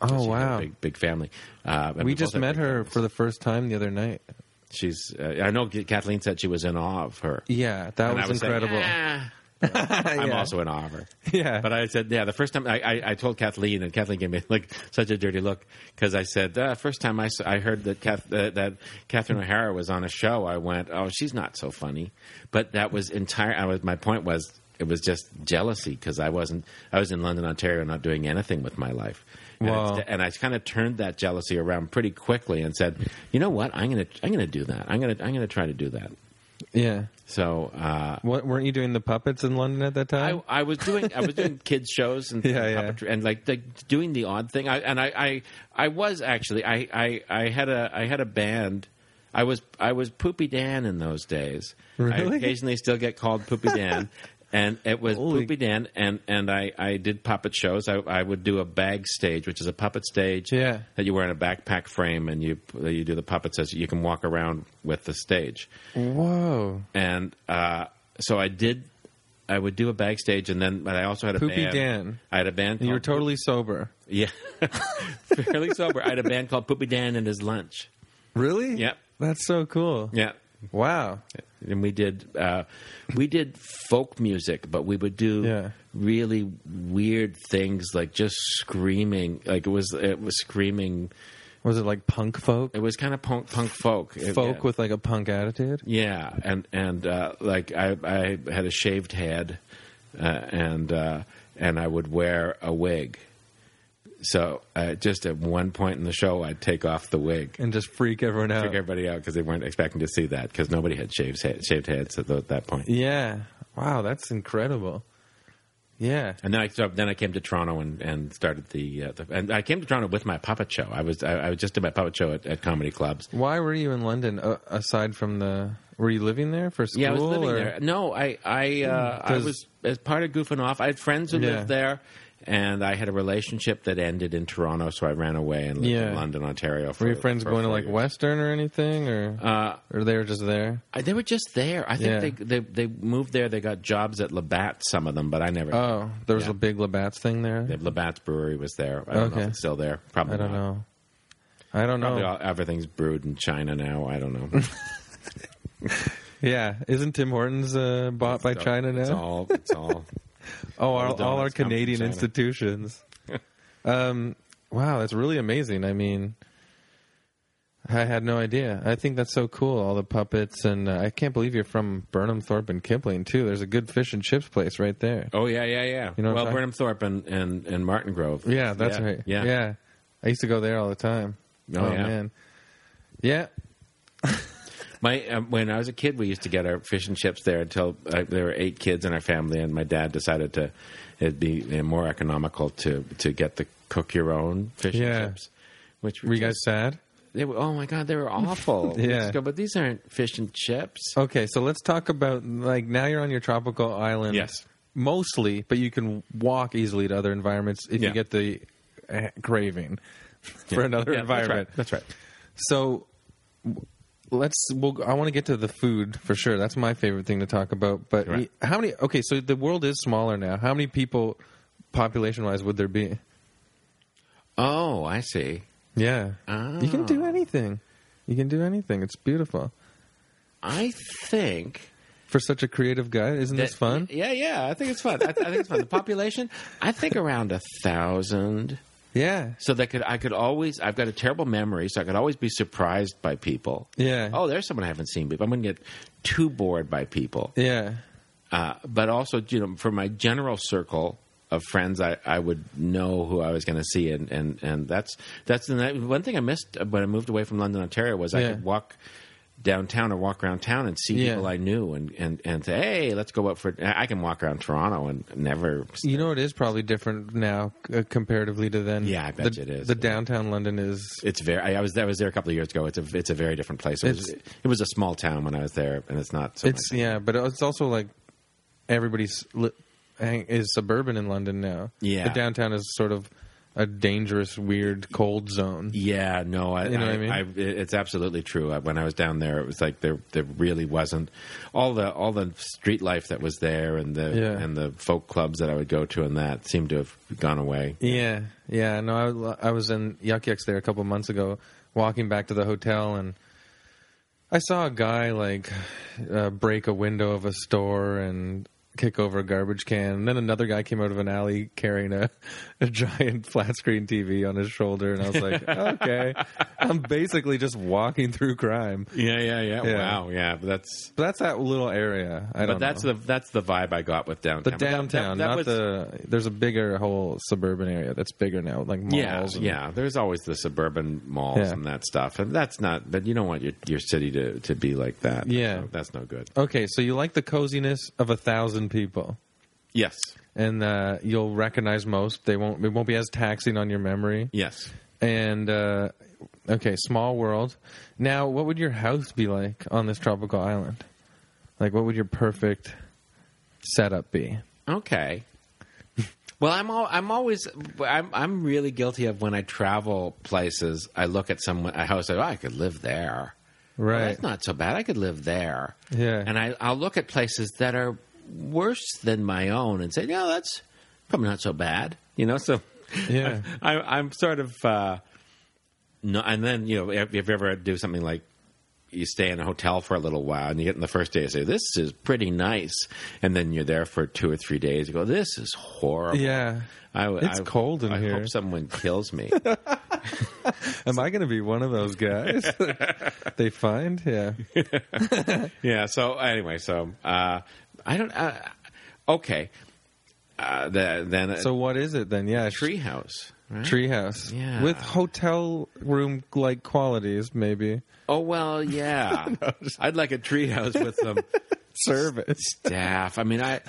Oh
She had a
wow.
big big family. Uh, and
We
both
just
had
met
big
her
families.
for the first time the other night.
She's. Uh, I know Kathleen said she was in awe of her.
Yeah, that
And I
was,
was
incredible.
Like,
(laughs)
"Ah." I'm
Yeah.
also in awe of her.
(laughs) Yeah.
But I said, yeah, the first time I, I, I told Kathleen, and Kathleen gave me like such a dirty look because I said, uh, first time I, s- I heard that Kath, uh, that Catherine O'Hara was on a show, I went, oh, she's not so funny. But that was entire. I was my point was it was just jealousy because I wasn't. I was in London, Ontario, not doing anything with my life. And,
Wow.
it's- and I kind of turned that jealousy around pretty quickly and said, you know what, I'm gonna I'm gonna do that. I'm gonna I'm gonna try to do that.
yeah.
So. Uh,
What weren't you doing the puppets in London at that time?
I, I was doing I
(laughs)
was doing kids shows and
Yeah, yeah.
puppetry and like the, doing the odd thing. I, and I, I I was actually I, I I had a I had a band. I was I was Poopy Dan in those days. I
Really?
occasionally still get called Poopy
(laughs)
Dan. And it was
Holy-
Poopy Dan, and, and I, I did puppet shows. I, I would do a bag stage, which is a puppet stage
Yeah.
that you wear in a backpack frame, and you you do the puppets as you can walk around with the stage
Whoa.
and uh, so I did. I would do a backstage, and then but I also had a
Poopy
band.
Dan.
I had a band.
And you were
called-
totally sober.
yeah, (laughs) fairly sober. I had a band called Poopy Dan and His Lunch.
Really?
Yep.
That's so cool.
Yeah,
Wow.
and we did uh, we did folk music, but we would do
Yeah.
really weird things like just screaming. Like it was it was screaming.
Was it like punk folk?
It was kind of punk punk folk. It-
folk
yeah.
with like a punk attitude?
Yeah, and and uh, like I I had a shaved head, uh, and uh, and I would wear a wig. So uh, just at one point in the show, I'd take off the wig,
And just freak everyone out.
freak everybody out because they weren't expecting to see that because nobody had shaved head, shaved heads at, tho- that point.
Yeah. Wow, that's incredible. Yeah.
And then I so then I came to Toronto and, and started the, uh, the and I came to Toronto with my puppet show. I was I, I was just did my puppet show at, at comedy clubs.
Why were you in London uh, aside from the were you living there for school
Yeah, I was living
or- Hmm,
there. No, I I uh, I
'cause-
was as part of goofing off. I had friends who
Yeah.
lived there, and I had a relationship that ended in Toronto, so I ran away and lived
Yeah.
in London, Ontario. For,
Were your friends
for
going to
four
like
years.
Western or anything or
Uh,
or they were just there?
I- they were just there. I think
Yeah.
they, they they moved there. They got jobs at Labatt. Some of them, but I never.
Oh, there was
Yeah.
a big Labatt's thing there.
The Labatt's brewery was there. I don't know
Okay.
if it's still there. Probably.
I don't
not.
know. Oh. I don't
Probably
know.
all, everything's brewed in China now. I don't know.
Yeah, isn't Tim Hortons uh, bought by (laughs)
So
China
It's
now?
all.
(laughs)
It's all.
oh,
the
all, all our
donuts come from
Canadian
China. (laughs)
institutions. um, wow, that's really amazing. I mean, I had no idea. I think that's so cool. All the puppets, and uh, I can't believe you're from Burnham Thorpe and Kipling too. There's a good fish and chips place right there.
Oh yeah, yeah, yeah.
You know what I'm
well,
talking-
Burnham Thorpe and, and, and Martin Grove.
Yeah, that's
Oh, Yeah,
right.
yeah.
yeah. I used to go there all the time.
Oh, yeah.
man. Yeah.
My um, when I was a kid, we used to get our fish and chips there until uh, there were eight kids in our family, and my dad decided to it'd be uh, more economical to to get the cook your own fish
Yeah.
and chips. Which
Were you
just-
guys sad?
They were, oh my god, they were
(laughs)
awful. We
Yeah.
just go, but these aren't fish and chips.
Okay, so let's talk about like now you're on your tropical island.
Yes.
mostly, but you can walk easily to other environments if
Yeah.
you get the uh, craving (laughs) for another
Yeah, that's right.
environment.
That's right.
So w- let's. We'll, I want to get to the food for sure. That's my favorite thing to talk about. But
Right.
we- how many? Okay, so the world is smaller now. How many people, population wise, would there be?
Oh, I see.
Yeah, you can
Ah.
do anything. You can do anything. It's beautiful
I think
for such a creative guy. Isn't this
that-
fun?
Yeah, yeah. I think it's fun. I, I think it's fun. The population, I think around a thousand.
Yeah.
So that could I could always I've got a terrible memory, so I could always be surprised by people.
Yeah.
Oh, there's someone I haven't seen before. I'm going to get too bored by people.
Yeah.
Uh, but also, you know, for my general circle of friends, I, I would know who I was going to see, and and and that's that's the night- one thing I missed when I moved away from London, Ontario, was I
Yeah.
could walk downtown or walk around town and see
Yeah.
people I knew, and and and say, hey, let's go out for. I can walk around Toronto and never.
You know, it is probably different now uh, comparatively to then.
Yeah, I bet
the,
it is.
The downtown London is.
It's very. I, I was there. I was there a couple of years ago. It's a. It's a very different place. It was,
It's-
it was a small town when I was there, and it's not. So
It's
much.
yeah, but it's also like everybody's li- hang- is suburban in London now.
Yeah.
the downtown is sort of a dangerous, weird, cold zone.
Yeah, no, I,
You know
I,
what I mean?
I- it- it's absolutely true. I, when I was down there, it was like there there really wasn't all the all the street life that was there, and the
Yeah.
and the folk clubs that I would go to, and that seemed to have gone away.
Yeah, yeah. No, I, was- I was in Yuck Yucks there a couple months ago, walking back to the hotel, and I saw a guy like uh, break a window of a store and kick over a garbage can. And then another guy came out of an alley carrying a, a giant (laughs) flat screen TV on his shoulder, and I was
(laughs)
like, okay, I'm basically just walking through crime.
Yeah, yeah, yeah.
Wow,
Wow, yeah. But that's
But that's that little area. I
but
don't
that's
know.
the that's the vibe I got with downtown.
the
But that-
downtown,
that- that
not
was-
the. There's a bigger whole suburban area that's bigger now, like malls.
Yeah,
and-
yeah. There's always the suburban malls
Yeah.
and that stuff, and that's not. But you don't want your your city to, to be like that. That's
Yeah.
no- that's no good.
Okay, so you like the coziness of a thousand people,
Yes,
and uh, you'll recognize most. They won't. It won't be as taxing on your memory.
yes.
And uh, okay, small world. Now, what would your house be like on this tropical island? Like, what would your perfect setup be? (laughs)
Okay. Well, I'm all, I'm always I'm I'm really guilty of when I travel places. I look at someone a house. I go, oh, I could live there. Well,
Right.
that's not so bad. I could live there.
Yeah.
And I I'll look at places that are worse than my own and say, yeah, that's probably not so bad. You know. So
Yeah.
(laughs) I, I'm sort of uh, no. And then you know if, if you ever do something like you stay in a hotel for a little while and you get in the first day and say this is pretty nice and then you're there for two or three days you go this is
(laughs)
horrible
yeah.
I, w-
It's
I-
cold in
I
here.
hope someone
(laughs)
kills me
Am I going to be one of those
(laughs)
guys? (laughs) they find. Yeah.
yeah so anyway so uh, i don't uh, okay uh, the, then a
So what is it then? Yeah.
tree house
(laughs)
right?
Treehouse.
Yeah.
With hotel room like qualities, maybe. (laughs)
oh well yeah i'd like a tree house with some
Service.
staff i mean i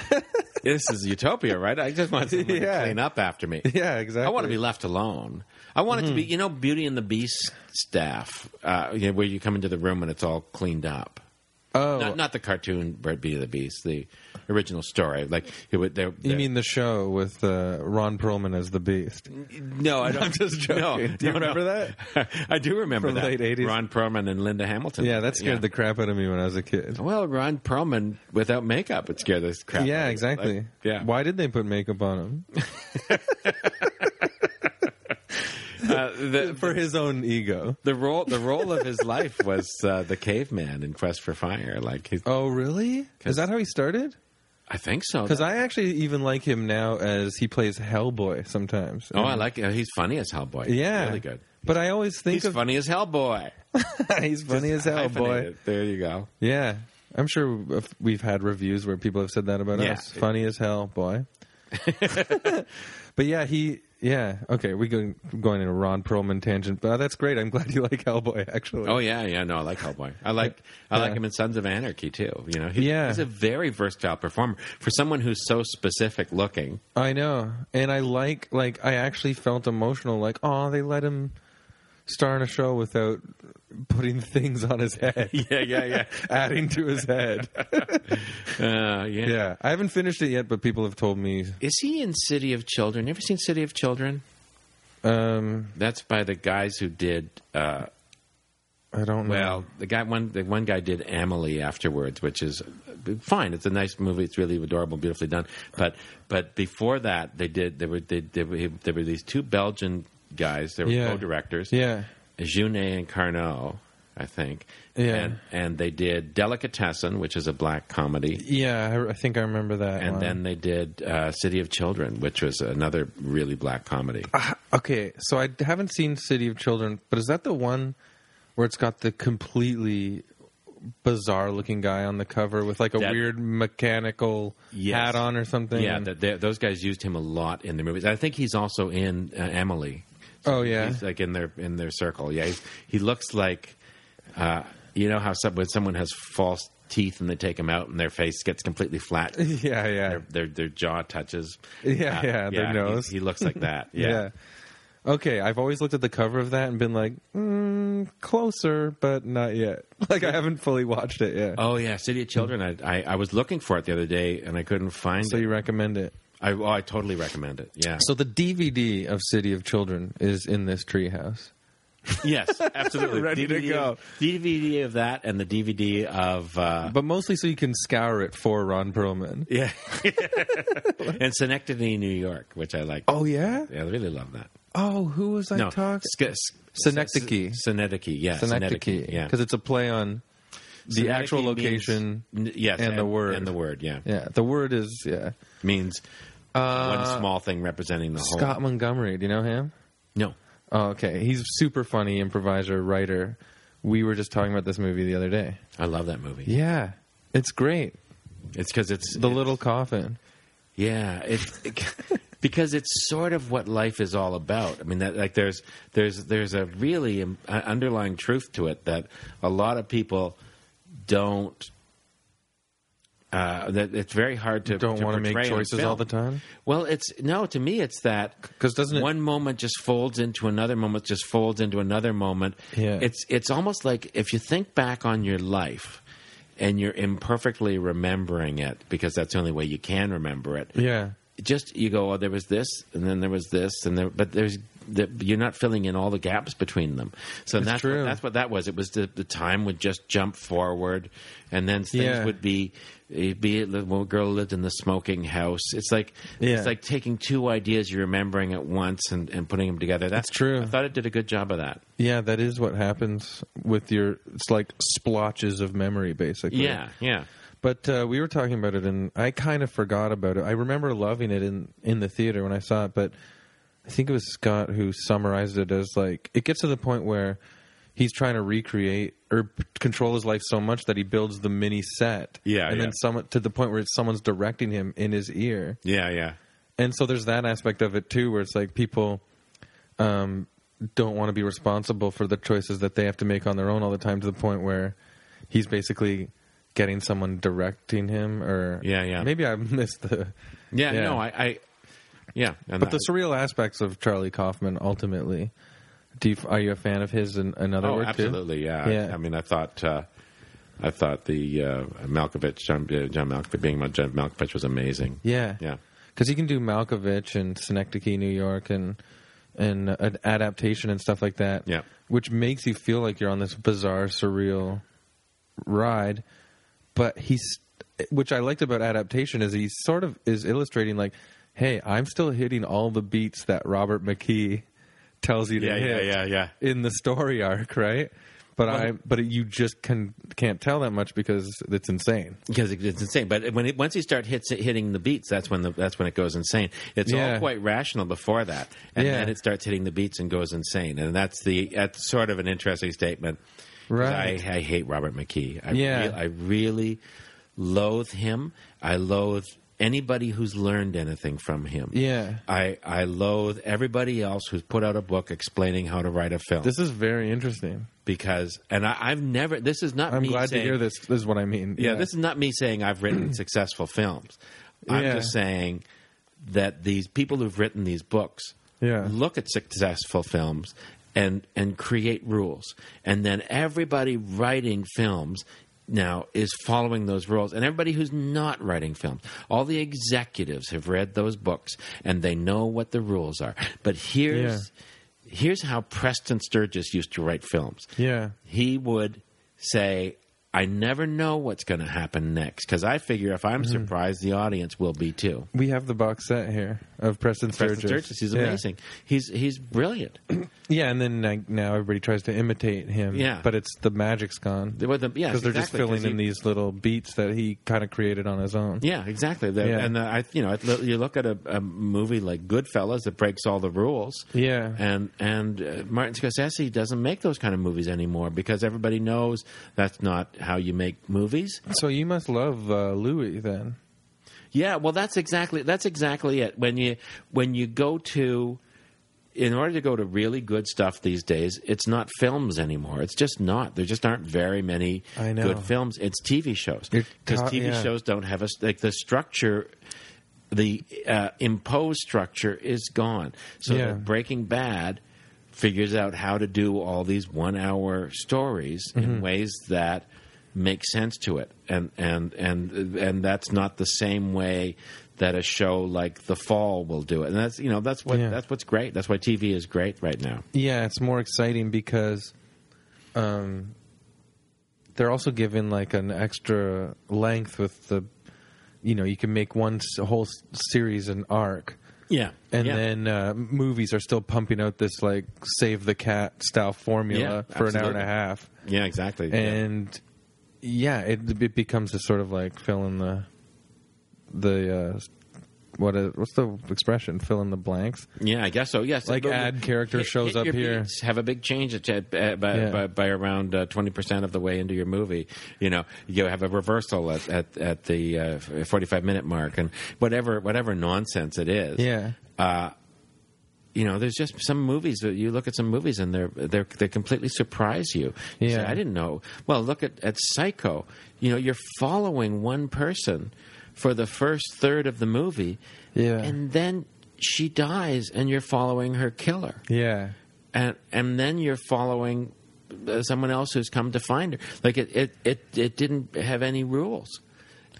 this is utopia right i just want someone
Yeah.
to clean up after me
Yeah, exactly. Mm-hmm.
I want to be left alone. I want it to be, you know, Beauty and the Beast staff, uh, you know, where you come into the room and it's all cleaned up.
Oh,
Not, not the cartoon Beauty and the Beast, the original story. Like it would. They're,
you mean the show with uh, Ron Perlman as the Beast?
no? I don't, (laughs) I'm just joking. No,
Do you
no, no.
remember that?
(laughs) I do remember
From
that.
late 80s?
Ron Perlman and Linda Hamilton.
Yeah, that scared the crap out of me when I was a kid.
Well, Ron Perlman without makeup would scare the crap. out
Yeah,
of me.
exactly.
Like, yeah.
Why did they put makeup on
(laughs)
him?
Uh, the,
(laughs) For his own ego.
the role, the role of his life was uh, the caveman in Quest for Fire. Like, he,
Oh, really? Is that how he started?
I think so.
Because I actually even like him now as he plays Hellboy sometimes.
Oh, I like it. He's funny as Hellboy. He's
Yeah,
really good.
But I always think
He's
of
funny as Hellboy.
(laughs) he's funny as Hellboy.
Hyphenated. There you go.
Yeah, I'm sure if- we've had reviews where people have said that about
(laughs) Yeah.
us. Funny as hell, boy. but yeah, he Yeah. Okay. We're going, going in a Ron Perlman tangent, but that's great. I'm glad you like Hellboy, actually.
Oh yeah, yeah. No, I like Hellboy. I like I like him in Sons of Anarchy too. You know, he,
Yeah.
he's a very versatile performer for someone who's so specific looking.
I know. And I like, like, I actually felt emotional. Like, oh, they let him star in a show without putting things on his head.
(laughs) Yeah, yeah, yeah.
(laughs) Adding to his
(laughs)
head.
Uh, yeah.
yeah. I haven't finished it yet, but people have told me.
Is he in City of Children? You ever seen City of Children?
Um,
That's by the guys who did. Uh,
I don't know.
well, the guy one the one guy did Amelie afterwards, which is fine. It's a nice movie. It's really adorable, beautifully done. But but before that, they did there were they, they, were- there were these two Belgian guys. They were
Yeah.
co-directors.
Yeah.
Junet and Carnot, I think.
Yeah.
And, and they did Delicatessen, which is a black comedy.
Yeah. I, I think I remember that.
And
one.
then they did uh, City of Children, which was another really black comedy.
Ah, Okay, so I haven't seen City of Children, but is that the one where it's got the completely bizarre looking guy on the cover with like a
That-
weird mechanical
Yes.
hat on or something?
yeah, that they, those guys used him a lot in the movies. I think he's also in uh, Emily.
oh yeah. (laughs)
He's like in their in their circle. Yeah, he's, he looks like uh, you know how some, when someone has false teeth and they take them out and their face gets
(laughs)
completely flat.
Yeah, yeah.
Their, their their jaw touches. Uh,
Yeah, yeah, their
he-
nose.
He, looks like
(laughs)
that.
yeah. Okay, I've always looked at the cover of that and been like, mm, closer, but not yet. (laughs) Like I haven't fully watched it yet.
Oh yeah, City of Children. I, I I was looking for it the other day and I couldn't find
Hmm. so
it.
you recommend it?
I oh, I totally recommend it. Yeah.
So the DVD of City of Children is in this treehouse.
yes, (laughs) absolutely.
Ready to
DVD
go.
DVD of that and the DVD of uh,
But mostly so you can scour it for Ron Perlman.
(laughs) yeah, (laughs) and Schenectady, New York, which I like.
Oh yeah?
Yeah, I really love that.
Oh, who was I
No,
talking?
Sk- s-
Synecdoche.
S- Synecdoche, yeah,
Synecdoche,
yeah.
because it's a play on the
Synecdoche
actual
means-
location.
n- yes,
and the word.
and the word, yeah,
yeah, the word is yeah.
means one small thing representing the whole.
Scott Montgomery. Do you know him?
No,
Oh, okay, he's super funny improviser writer. We were just talking about this movie the other day.
I love that movie.
Yeah, it's great.
It's because it's
The Little Coffin.
Yeah, it's (laughs) because it's sort of what life is all about. I mean, that like there's there's there's a really um, uh, underlying truth to it that a lot of people don't. Uh, that it's very hard to
Don't
to
wanna make
portray on
choices
film.
all the time?
Well, it's no to me. It's that
'Cause doesn't it-
one moment just folds into another moment, just folds into another moment.
Yeah.
it's it's almost like if you think back on your life and you're imperfectly remembering it because that's the only way you can remember it
Yeah,
just you go, oh, there was this, and then there was this, and there, but there's the, you're not filling in all the gaps between them. So that's
true.
What, that's what that was. It was the, the time would just jump forward, and then things
Yeah.
would be it'd be the well, girl lived in the smoking house. It's like
Yeah.
it's like taking two ideas you're remembering at once and, and putting them together. That's
true.
I thought it did a good job of that.
yeah, that is what happens with your. It's like splotches of memory, basically.
Yeah, yeah.
But uh, we were talking about it, and I kind of forgot about it. I remember loving it in in the theater when I saw it, but I think it was Scott who summarized it as like it gets to the point where he's trying to recreate or p- control his life so much that he builds the mini set,
Yeah,
and
yeah.
then some to the point where it's someone's directing him in his ear,
Yeah, yeah.
and so there's that aspect of it too, where it's like people. Um, don't want to be responsible for the choices that they have to make on their own all the time to the point where he's basically getting someone directing him or
Yeah, yeah.
maybe i missed the
Yeah,
Yeah.
no, I, I yeah. And
but
I-
the surreal aspects of charlie kaufman ultimately do you, are you a fan of his and another
oh,
work
absolutely,
too?
yeah.
Yeah.
I mean, I thought, uh, I thought the uh, Malkovich, John, uh, John Malkovich, being my John Malkovich was amazing.
yeah
yeah,
because he can do malkovich and synecdoche new york and and an adaptation and stuff like that
Yeah.
which makes you feel like you're on this bizarre surreal ride but he's which i liked about adaptation is he sort of is illustrating like hey i'm still hitting all the beats that robert mckee tells you to
Yeah, yeah,
hit
yeah, yeah.
in the story arc right but i but you just can can't tell that much because it's insane
because it, it's insane. But when it, once you start hits hitting the beats, that's when the that's when it goes insane. It's
Yeah.
all quite rational before that, and
Yeah.
then it starts hitting the beats and goes insane. And that's the that's sort of an interesting statement. 'Cause
Right.
I, I hate Robert McKee. I
Yeah.
real- I really loathe him. I loathe anybody who's learned anything from him.
Yeah.
I, I loathe everybody else who's put out a book explaining how to write a film
This is very interesting.
because, and I, I've never. This is not.
I'm
me
glad
saying,
to hear this. This is what I mean.
Yeah, this is not me saying I've written (clears throat) successful films. I'm
Yeah.
just saying that these people who've written these books
Yeah.
look at successful films and and create rules, and then everybody writing films now is following those rules and everybody who's not writing films all the executives have read those books and they know what the rules are but here's here's how Preston Sturges used to write films
Yeah.
he would say, I never know what's going to happen next because I figure if
Mm-hmm.
I'm surprised, the audience will be too.
We have the box set here of Preston Sturges.
Preston Sturges, he's
Yeah.
amazing. He's he's brilliant.
Yeah, and then like, now everybody tries to imitate him.
Yeah.
but it's the magic's gone.
Well, the- yes,
because they're just
exactly,
filling
'cause he-
in these little beats that he kind of created on his own.
Yeah, exactly. The-
Yeah.
And the, I, you know, it- you look at a, a movie like Goodfellas that breaks all the rules.
Yeah.
and and uh, Martin Scorsese doesn't make those kind of movies anymore because everybody knows that's not how you make movies.
So you must love uh, Louis then.
Yeah, well, that's exactly that's exactly it. When you when you go to in order to go to really good stuff these days, it's not films anymore. It's just not. There just aren't very many
I know.
good films. It's TV shows
You're
because
ta-
TV
yeah.
shows don't have a s- like the structure. The uh, imposed structure is gone. So
Yeah.
that Breaking Bad figures out how to do all these one-hour stories
Mm-hmm.
in ways that make sense to it, and and and and that's not the same way that a show like The Fall will do it. And that's you know that's what
Yeah.
that's what's great. That's why TV is great right now.
Yeah, it's more exciting because um, they're also given like an extra length with the, you know, you can make one s- whole s- series an arc.
Yeah,
And then uh, movies are still pumping out this like save the cat style formula
Yeah,
for an hour and
absolutely.
a half,
yeah, exactly. Yeah.
and yeah, it, it becomes a sort of like fill in the the uh, what is, what's the expression fill in the blanks
Yeah, I guess so. Yes,
Like ad character
hit-
shows
hit
up
your
here.
beats, Have a big change at, at, at- by,
Yeah.
by, by around uh, twenty percent of the way into your movie. You know, you have a reversal at at, at the uh, forty-five minute mark, and whatever whatever nonsense it is.
yeah
you know, there's just some movies that you look at some movies and they're they're they completely surprise you. You
Yeah.
say, I didn't know. Well, look at at Psycho. You know, you're following one person for the first third of the movie,
Yeah.
and then she dies, and you're following her killer
yeah
and and then you're following uh, someone else who's come to find her. Like it it it, it didn't have any rules.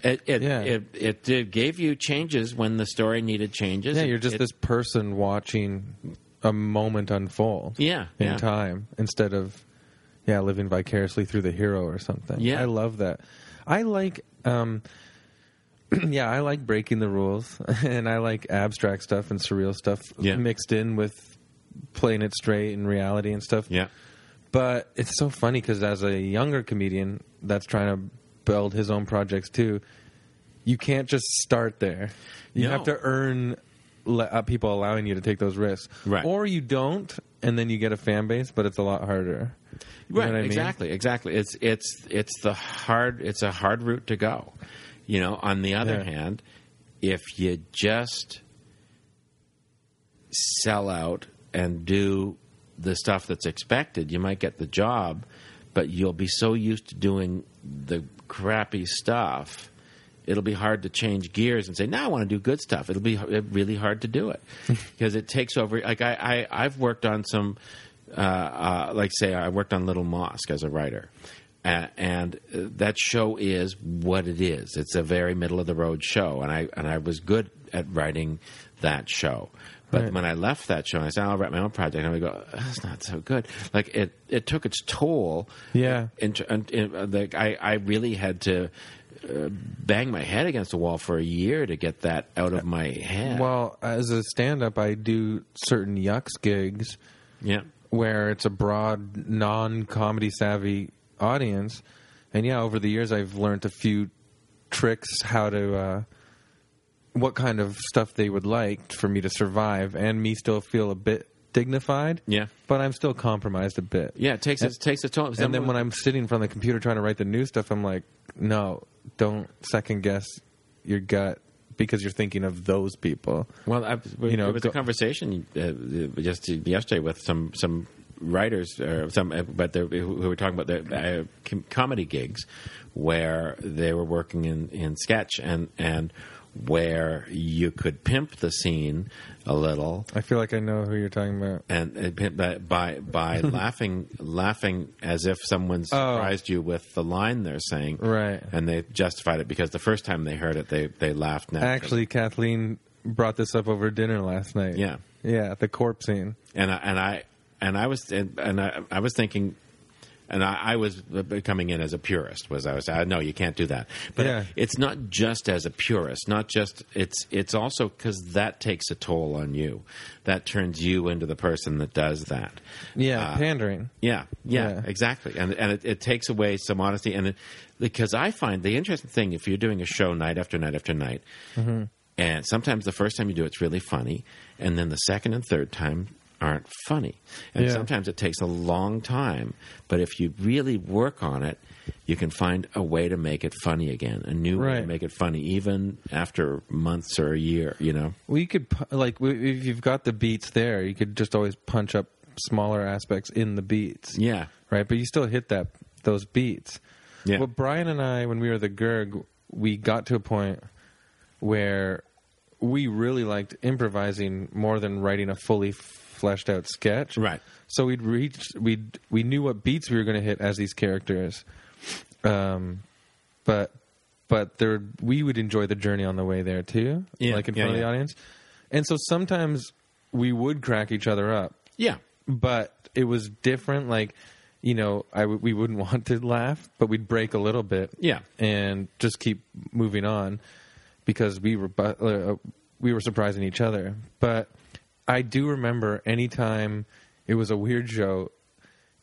It it,
Yeah.
it it did- gave you changes when the story needed changes.
yeah
It-
you're just
it-
this person watching a moment unfold
Yeah,
in
yeah.
time instead of yeah living vicariously through the hero or something
Yeah.
i love that i like um (clears throat) yeah i like breaking the rules (laughs) and i like abstract stuff and surreal stuff
Yeah.
mixed in with playing it straight and reality and stuff
yeah.
But it's so funny because as a younger comedian that's trying to build his own projects too, you can't just start there. You
No.
have to earn le- uh, people allowing you to take those risks,
Right.
Or you don't, and then you get a fan base, but it's a lot harder. You know
right
what I mean?
exactly exactly it's it's it's the hard it's a hard route to go you know on the other
Yeah.
hand if you just sell out and do the stuff that's expected you might get the job but you'll be so used to doing the crappy stuff it'll be hard to change gears and say now i want to do good stuff it'll be h- really hard to do it because it takes over like I, I i've worked on some uh, uh, like say I worked on Little Mosque as a writer, uh, and uh, that show is what it is. It's a very middle of the road show, and I and I was good at writing that show. But when I left that show, and I said I'll write my own project, and I go, that's not so good. Like it, it took its toll.
Yeah.
In, in, in, uh, like I, I really had to. Uh, bang my head against the wall for a year to get that out of my head.
Uh, Well, as a stand-up, I do certain yucks gigs
yeah,
where it's a broad, non-comedy savvy audience, and yeah, over the years I've learned a few tricks how to. Uh, what kind of stuff they would like for me to survive and me still feel a bit dignified.
Yeah.
But I'm still compromised a bit.
yeah, it takes it takes a toll.
And then when I'm sitting in front of the computer trying to write the new stuff, I'm like, no, don't second guess your gut because you're thinking of those people.
Well, I,
You know,
it was
go-
a conversation uh, just yesterday with some some writers or some, uh, but they're- who who were talking about their uh, com- comedy gigs where they were working in, in sketch and and where you could pimp the scene a little
I feel like I know who you're talking about.
and uh, pimp that by
(laughs)
by laughing laughing as if someone surprised you with the line they're saying
Oh. Right.
and they justified it because the first time they heard it they they laughed naturally.
Actually, Kathleen brought this up over dinner last night.
Yeah.
yeah, the corpse scene.
and I, and I and I was and, and I, I was thinking, and I, I was coming in as a purist. Was I was I, no, you can't do that. But
Yeah.
it's not just as a purist. Not just it's it's also because that takes a toll on you. That turns you into the person that does that.
Yeah,
Uh,
pandering.
Yeah, yeah,
Yeah.
exactly, and and it, it takes away some honesty, and it, because I find the interesting thing if you're doing a show night after night after night, and sometimes the first time you do it's really funny, and then the second and third time aren't funny, and
Yeah.
sometimes it takes a long time, but if you really work on it, you can find a way to make it funny again, a new way
Right.
to make it funny, even after months or a year, you know.
Well, you could pu- like w- if you've got the beats there, you could just always punch up smaller aspects in the beats.
Yeah,
right? But you still hit that those beats.
Yeah.
Well, Brian and I, when we were the Gerg, we got to a point where we really liked improvising more than writing a fully fleshed out sketch.
Right.
So we'd reached we we knew what beats we were going to hit as these characters, um, but but there we would enjoy the journey on the way there too,
Yeah,
like in
yeah,
front of
yeah.
the audience. And so sometimes we would crack each other up
yeah,
but it was different. Like, you know, I w- we wouldn't (laughs) want to laugh, but we'd break a little bit,
Yeah.
and just keep moving on because we were bu- uh, we were surprising each other. But I do remember any time it was a weird show,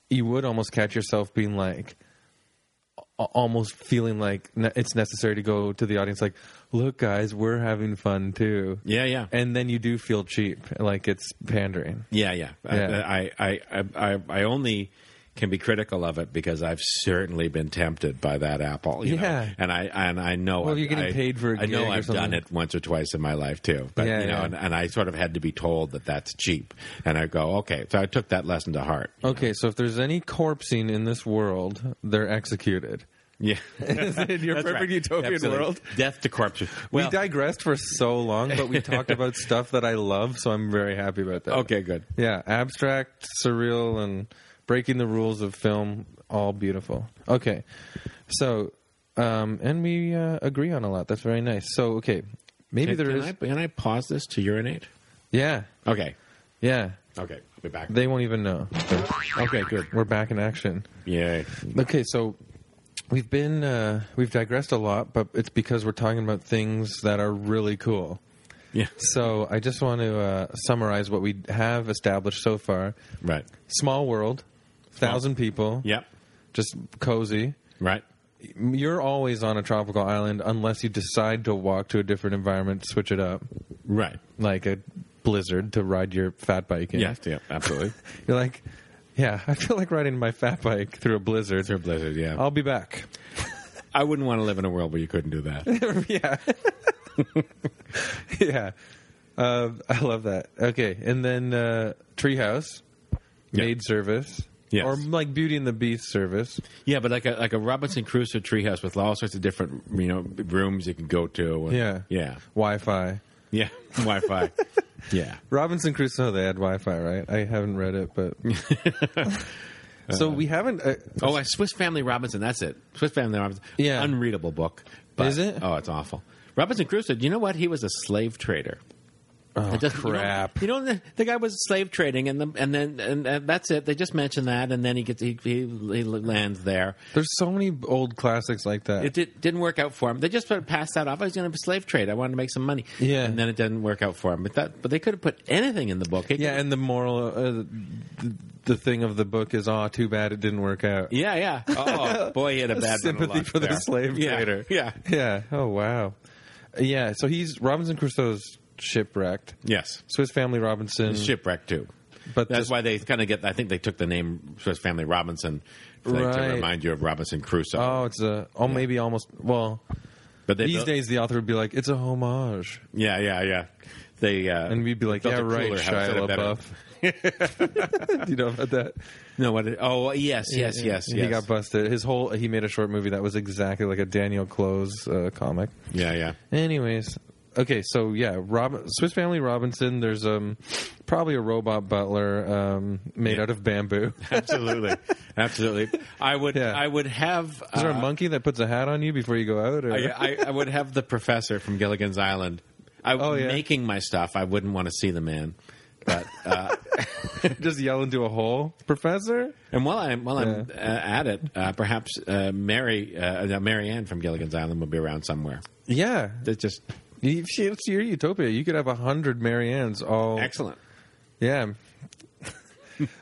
you would almost catch yourself being like. a- Almost feeling like ne- it's necessary to go to the audience, like, look, guys, we're having fun too.
yeah, yeah.
And then you do feel cheap, like it's pandering.
Yeah, yeah.
Yeah.
I, I, I, I, I only can be critical of it because I've certainly been tempted by that apple. you know.
Yeah.
and I and I know.
Well,
I've-
you're getting
I-
paid for a
I know
gig or
I've done
something.
it once or twice in my life too. But
Yeah,
you know,
yeah.
and, and I sort of had to be told that that's cheap, and I go, okay. So I took that lesson to heart. (laughs)
Okay, so if there's any corpsing in this world, they're executed. (laughs)
Yeah,
in your
That's
perfect
right.
utopian
Absolutely.
world.
death to corpses. Well,
we digressed for so long, but we
(laughs)
talked about stuff that I love, so I'm very happy about that.
okay, good.
Yeah, abstract, surreal, and breaking the rules of film, all beautiful. Okay, so, um, and we uh, agree on a lot. That's very nice. So, okay, maybe
Can,
there is.
I, can I pause this to urinate?
Yeah,
Okay,
yeah.
okay, I'll be back.
They won't even know.
okay, good.
We're back in action.
Yeah,
Okay, so we've been uh, we've digressed a lot, but it's because we're talking about things that are really cool.
yeah,
So I just want to uh, summarize what we have established so far:
right.
small world, thousand people,
Yep,
just cozy.
right.
You're always on a tropical island unless you decide to walk to a different environment, switch it up,
Right.
like a blizzard to ride your fat bike. In.
Yeah, yeah, (laughs) absolutely.
you're like, yeah, (laughs) I feel like riding my fat bike through a blizzard.
Through a blizzard, yeah.
I'll be back.
I wouldn't want to live in a world where you couldn't
(laughs)
do that.
yeah. yeah. Uh, I love that. Okay. And then uh, Treehouse,
Yeah.
maid service.
Yes.
Or like Beauty and the Beast service.
yeah, but like a like a Robinson Crusoe treehouse with all sorts of different you know rooms you can go to. and-
Yeah.
yeah,
Wi Fi.
yeah. (laughs)
(laughs)
Wi-Fi. yeah,
Robinson Crusoe, they had Wi Fi, right? I haven't read it,
(laughs)
but. so we haven't. Uh,
Oh, a Swiss Family Robinson. That's it. Swiss Family Robinson.
Yeah.
Unreadable book.
Is it?
Oh, it's awful. Robinson Crusoe. Do you know what? He was a slave trader. Oh
crap.
You know, the, the guy was slave trading, and the, and then and, and that's it. They just mention that, and then he gets he, he, he lands there.
there's so many old classics like that.
It did, didn't work out for him. They just sort of passed that off. I was going to slave trade. I wanted to make some money.
Yeah.
and then it didn't work out for him. But that, but they could have put anything in the book. It
yeah,
could-
and the moral, uh, the, the thing of the book is, oh, too bad it didn't work out.
yeah,
(laughs)
yeah. Oh boy, he had a bad run of
Sympathy
luck
for the
there.
slave
yeah.
trader.
Yeah.
Yeah. Oh wow. Yeah. So he's Robinson Crusoe's shipwrecked.
Yes.
Swiss Family Robinson.
Shipwreck too.
But
That's
just-
why they kind of get. I think they took the name Swiss Family Robinson thing to
Right.
remind you of Robinson Crusoe.
Oh, it's a. Oh, maybe almost. oh, Well,
But they
These
don't-
days, the author would be like, "It's a homage,"
Yeah, yeah, yeah. They uh,
and we'd be like,
built
"Yeah,
a
right,
cooler house at a
Shia
better-
LaBeouf." (laughs) Do you know about that?
No, what? It, oh, yes, yes, yes, yes.
He got busted. His whole he made a short movie that was exactly like a Daniel Close uh, comic.
yeah, yeah.
Anyways, okay, so yeah, Rob, Swiss Family Robinson. There's um probably a robot butler um, made
Yeah.
out of bamboo. (laughs)
Absolutely, absolutely. I would,
Yeah.
I would have.
Is there a
uh,
monkey that puts a hat on you before you go out? Or?
I, I, I would have the professor from Gilligan's Island. I,
Oh, yeah.
Making my stuff, I wouldn't want to see the man. But uh,
(laughs) just yell into a hole, Professor.
and while I'm while I'm uh, at it, uh, perhaps uh, Mary uh, Mary Ann from Gilligan's Island will be around somewhere.
Yeah,
That's just
if she, it's your utopia. You could have a hundred Mariannes all.
excellent.
Yeah. (laughs)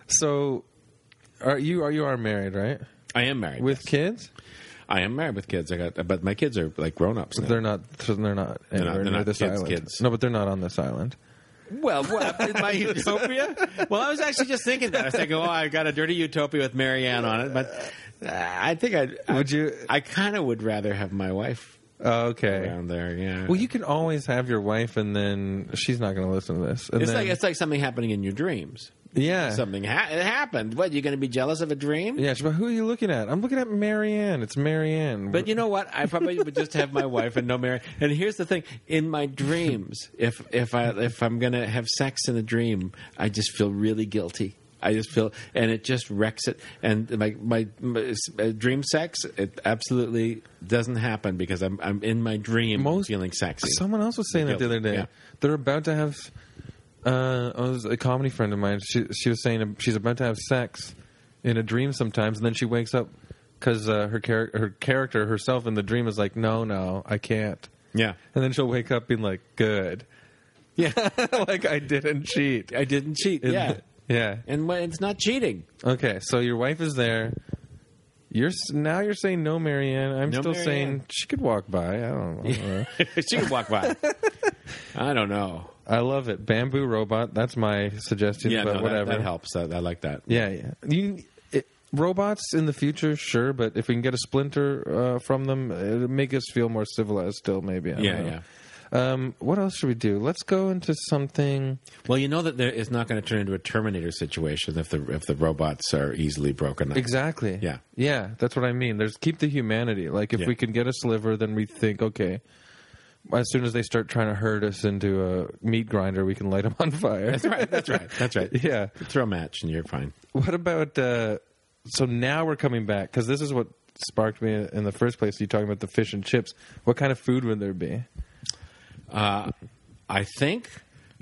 so, are you are you are married right
I am married
with
yes.
kids?
I am married with kids. I got, but my kids are like grown ups.
They're not. They're not. Anywhere
not- they're
near
not
this
kids'
island.
kids.
No, but they're not on this island.
Well, what, in
(laughs)
my utopia? Well, I was actually just thinking that. I was thinking, oh, I got a dirty utopia with Marianne on it, but uh, I think I'd- I
Would you- uh,
I kind of would rather have my wife
Okay.
around there. Yeah.
Well, you can always have your wife, and then she's not going to listen to this. And
it's
then,
like it's like something happening in your dreams.
yeah,
Something ha- it happened. What you're going to be jealous of a dream?
yeah. she's like, who are you looking at? I'm looking at Marianne. It's Marianne.
But you know what? I probably would just have my wife and no Mary. And here's the thing: in my dreams, if if I if I'm gonna have sex in a dream, I just feel really guilty. I just feel, and it just wrecks it. And my my, my uh, dream sex, it absolutely doesn't happen because I'm I'm in my dream
Most-
feeling sexy.
Someone else was saying that the other day.
Yeah.
They're about to have. Uh, I was a comedy friend of mine. She she was saying she's about to have sex in a dream sometimes, and then she wakes up because uh, her char- her character herself in the dream is like, no, no, I can't.
yeah,
And then she'll wake up being like, good, (laughs)
yeah.
like I didn't cheat.
(laughs) I didn't cheat. (laughs) yeah,
yeah.
and when it's not cheating.
Okay, so your wife is there. You're s- now you're saying no, Marianne. I'm
No,
still
Marianne.
saying she could walk by. I don't
(laughs)
know.
she can walk by. I don't know.
I love it. Bamboo robot. That's my suggestion.
Yeah,
but
no,
whatever.
That, that helps. I, I like that.
Yeah, yeah. You it, robots in the future, sure, but if we can get a splinter uh, from them, it'll make us feel more civilized. Still, maybe. I don't
Yeah,
know. Um, what else should we do? Let's go into something.
Well, you know that there, it's not going to turn into a Terminator situation if the if the robots are easily broken up.
Exactly.
Yeah.
Yeah, that's what I mean. There's keep the humanity. Like if
Yeah.
we can get a sliver, then we think, okay. As soon as they start trying to herd us into a meat grinder, we can light them on fire.
That's
(laughs)
right. That's right. That's right.
Yeah.
Throw a match and you're fine.
What about? Uh, so now we're coming back because this is what sparked me in the first place. You talking about the fish and chips? What kind of food would there be?
I think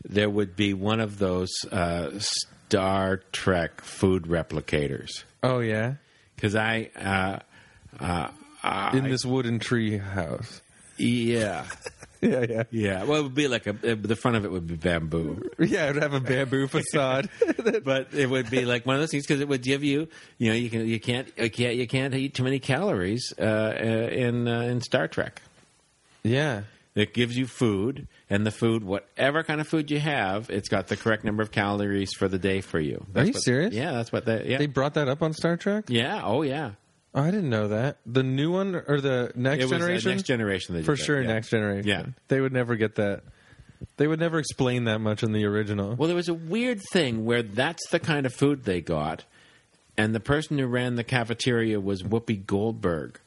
there would be one of those uh, Star Trek food replicators
Oh yeah,
because I. Uh,
in this wooden tree house.
yeah.
(laughs) Yeah, yeah,
Yeah. Well, it would be like a. uh, The front of it would be bamboo.
(laughs) yeah. It would have a bamboo facade.
(laughs) but it would be like one of those things because it would give you, you know, you can you can't you can't you can't eat too many calories uh, uh, in uh, in Star Trek.
yeah,
It gives you food, and the food, whatever kind of food you have, it's got the correct number of calories for the day for you.
Are you
what-
serious?
Yeah, that's what they. Yeah,
they brought that up on Star Trek.
yeah. Oh, yeah.
Oh, I didn't know that. The new one or the next
it was uh,
generation?
next generation. They did
For
that,
sure,
yeah.
next generation.
Yeah.
They would never get that. They would never explain that much in the original.
Well, there was a weird thing where that's the kind of food they got, and the person who ran the cafeteria was Whoopi Goldberg.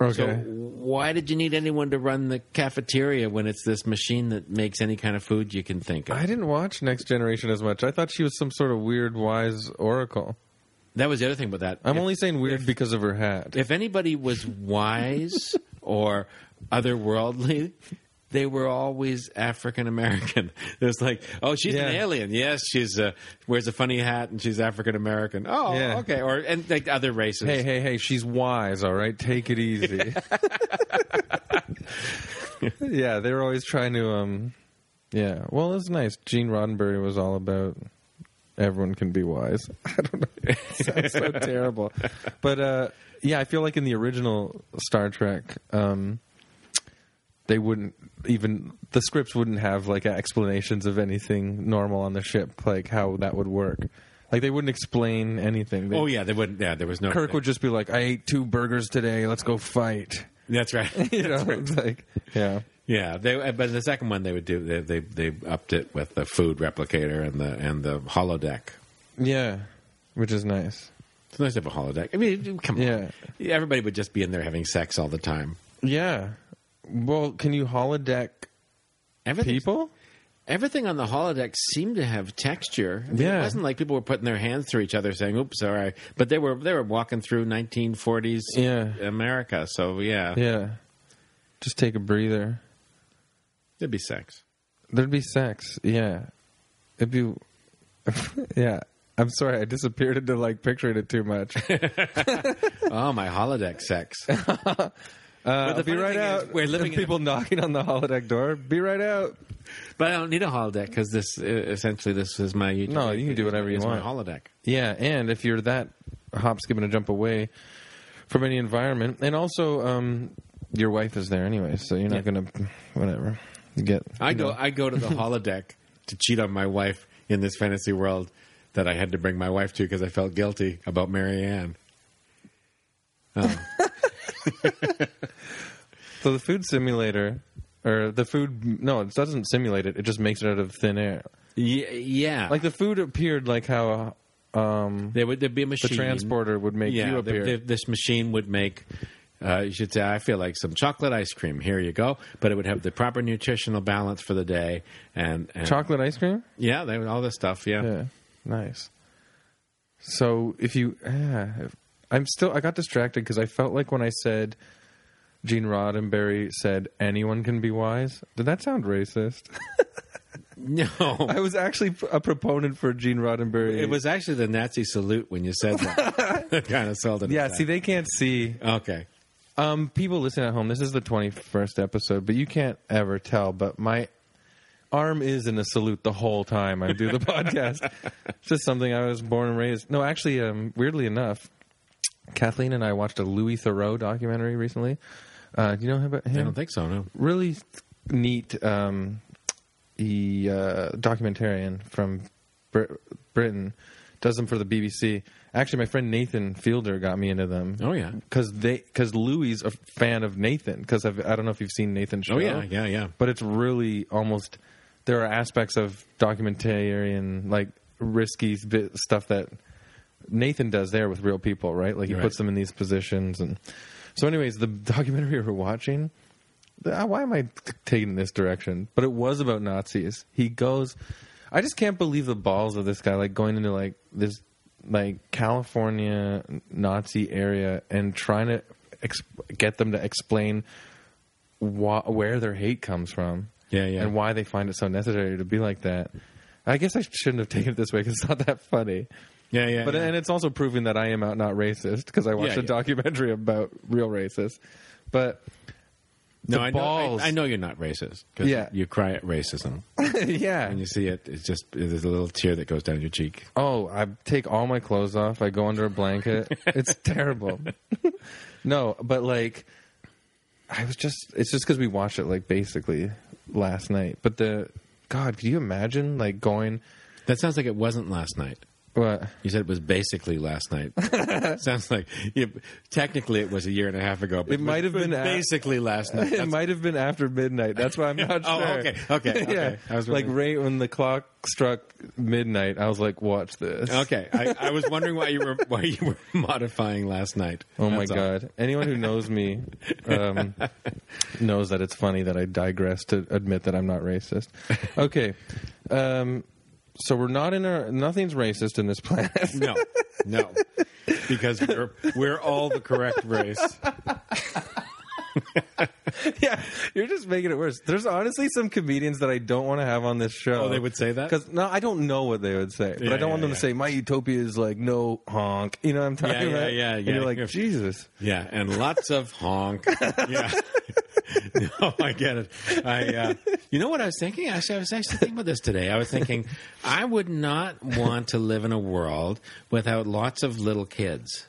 So
Okay.
why did you need anyone to run the cafeteria when it's this machine that makes any kind of food you can think of?
I didn't watch Next Generation as much. I thought she was some sort of weird, wise oracle.
that was the other thing about that.
I'm
If-
only saying weird because of her hat.
if anybody
(laughs)
was wise or otherworldly, they were always African American. (laughs) It's like, oh, she's an
Yeah.
alien. Yes, she's uh, wears a funny hat and she's African American. Oh,
Yeah.
okay. Or and like other races.
hey, hey, hey, she's wise, all right? Take it easy. (laughs) yeah, they were always trying to. um Yeah, well, it's nice. Gene Roddenberry was all about everyone can be wise. (laughs) I don't know. It sounds so terrible. But uh, yeah, I feel like in the original Star Trek, um, they wouldn't even the scripts wouldn't have like explanations of anything normal on the ship, like how that would work. Like they wouldn't explain anything. They-
Oh yeah, they wouldn't. Yeah, there was no (laughs)
Kirk would just be like, "I ate two burgers today. Let's go fight." (laughs)
That's right.
you know, it's like yeah,
Yeah, they uh, but the second one they would do they they, they upped it with the food replicator and the and the holodeck.
yeah, which is nice.
It's nice to have a holodeck. I mean, come
Yeah.
on, everybody would just be in there having sex all the time.
Yeah. Well, can you holodeck
Everything,
people?
everything on the holodeck seemed to have texture. I mean,
Yeah.
it wasn't like people were putting their hands through each other saying "oops, sorry," but they were they were walking through 1940s
Yeah.
America. So yeah,
Yeah. Just take a breather.
it'd be sex.
There'd be sex. Yeah. It'd be. (laughs) yeah. I'm sorry, I disappeared into like picturing it too
(laughs)
much.
Oh, my
(laughs)
holodeck sex. Uh,
I'll Uh, be right out.
we're living in a
people knocking on the holodeck door. Be right out.
But I don't need a holodeck because this uh, essentially this is my YouTube.
No, you can do whatever you
it's
want.
My holodeck.
Yeah, and if you're that hop, skip, and a jump away from any environment, and also um, your wife is there anyway, so you're not gonna whatever you get.
I go I go (laughs) to the holodeck to cheat on my wife in this fantasy world that I had to bring my wife to because I felt guilty about Mary Ann.
So the food simulator, or the food? No, it doesn't simulate it. It just makes it out of thin air.
Yeah, yeah.
Like the food appeared like how um,
there would there'd be a
the
machine.
transporter would make
yeah,
you
the-
appear.
the- this machine would make. Uh, you should say, I feel like some chocolate ice cream. Here you go. But it would have the proper nutritional balance for the day, and, and
Chocolate ice cream.
yeah, they would, all this stuff. Yeah.
Yeah, nice. So if you, ah, if- I'm still, I got distracted because I felt like when I said Gene Roddenberry said anyone can be wise, did that sound racist?
(laughs) no,
I was actually a proponent for Gene Roddenberry.
It was actually the Nazi salute when you said that. (laughs) that kind of sold it.
yeah.
as
See, they can't see.
that. okay.
Um, people listening at home, this is the 21st episode, but you can't ever tell. But my arm is in a salute the whole time I do the (laughs) podcast. It's just something I was born and raised. No, actually, um, weirdly enough, Kathleen and I watched a Louis Thoreau documentary recently. Uh, do you know about him?
I don't think so. No.
really neat um, he, uh, documentarian from Brit- Britain does them for the BBC. Actually, my friend Nathan Fielder got me into them.
Oh, yeah.
because they because Louis a fan of Nathan because I don't know if you've seen Nathan's show.
Oh yeah, yeah, yeah.
But it's really almost there are aspects of documentarian like risky bit stuff that Nathan does there with real people, right? Like he
Right.
puts them in these positions, and so, anyways, the (laughs) documentary we're watching. uh, Why am I t- taking this direction? But it was about Nazis. He goes. I just can't believe the balls of this guy, like going into like this like California Nazi area and trying to ex- get them to explain wha- where their hate comes from.
Yeah, yeah.
And why they find it so necessary to be like that. I guess I shouldn't have taken it this way because it's not that funny.
Yeah, yeah.
But
yeah.
and it's also proving that I am out not racist because I watched
Yeah,
a
yeah.
documentary about real racists.
(laughs)
But
no,
the
I
balls-
know. I, I know you're not racist. 'cause
Yeah.
you cry at racism
yeah.
when you see it. It's just there's a little tear that goes down your cheek.
Oh, I take all my clothes off. I go under a blanket.
(laughs)
it's terrible. (laughs) no, but like, I was just. It's just because we watched it like basically last night. But the God, could you imagine like going?
That sounds like it wasn't last night. (laughs)
What?
You said it was basically last
(laughs)
night. sounds like yeah, technically it was a year and a half ago. But
It might have
was
been a-
basically last
(laughs)
night.
It might have been after midnight. That's why I'm not
(laughs) Oh,
sure.
okay, okay,
(laughs)
okay.
yeah.
I was
like
wondering.
right when the clock struck midnight, I was like, "Watch this."
Okay, I, I was wondering why you were why you were (laughs) modifying last night.
Oh my
That's all.
god! Anyone who knows me (laughs) um, knows that it's funny that I digress to admit that I'm not racist. Okay, um, so we're not in our nothing's racist in this planet.
No, no, because we're we're all the correct race.
(laughs) yeah, you're just making it worse. There's honestly some comedians that I don't want to have on this show.
Oh, they would say that?
because no, I don't know what they would say, but
Yeah,
I don't want
yeah,
them
yeah.
to say my utopia is like no honk. You know what I'm talking
Yeah, yeah,
about?
yeah,
And
yeah.
you're like Jesus.
Yeah, and lots of
(laughs)
honk. Yeah. (laughs) no, I get it. I, uh, you know what I was thinking? Actually, I was actually thinking about this today. I was thinking I would not want to live in a world without lots of little kids.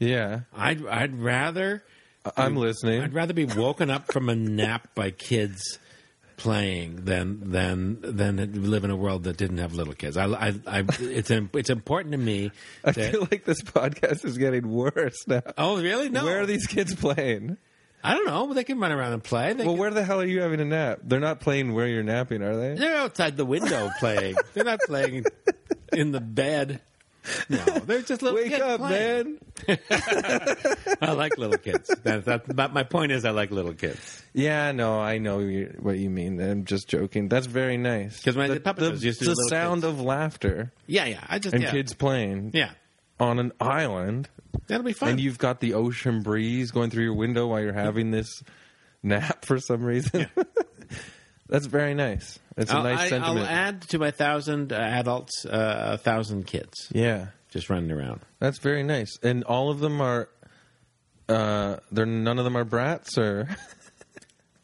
Yeah,
I'd I'd rather
I'm listening.
I'd rather be woken up from a nap by kids playing than than than live in a world that didn't have little kids. I, I, I it's im- it's important to me.
(laughs) I
that-
feel like this podcast is getting worse (laughs) now.
oh, really? No.
Where are these kids playing?
I don't know. They can run around and play. They
Well,
can-
where the hell are you having a nap? They're not playing where you're napping, are they?
they're outside
(laughs)
the window playing. they're not playing in the bed. No, they're just little
Wake
kids
up,
playing.
man.
I like little kids. That, that, but my point is, I like little kids
Yeah, no, I know you- what you mean. I'm just joking. That's very nice.
because when I
the,
did puppet
the,
shows, used to do
the
little
sound
kids.
of laughter
yeah, yeah. I just
and
yeah.
kids playing
Yeah,
on an island,
that'll be fun.
and you've got the ocean breeze going through your window while you're having this nap for some reason. (laughs) That's very nice. That's a
I'll,
nice
I,
sentiment.
will add to my thousand uh, adults, uh, a thousand kids
yeah,
just running around.
that's very nice. And all of them are. Uh, they're none of them are brats or (laughs)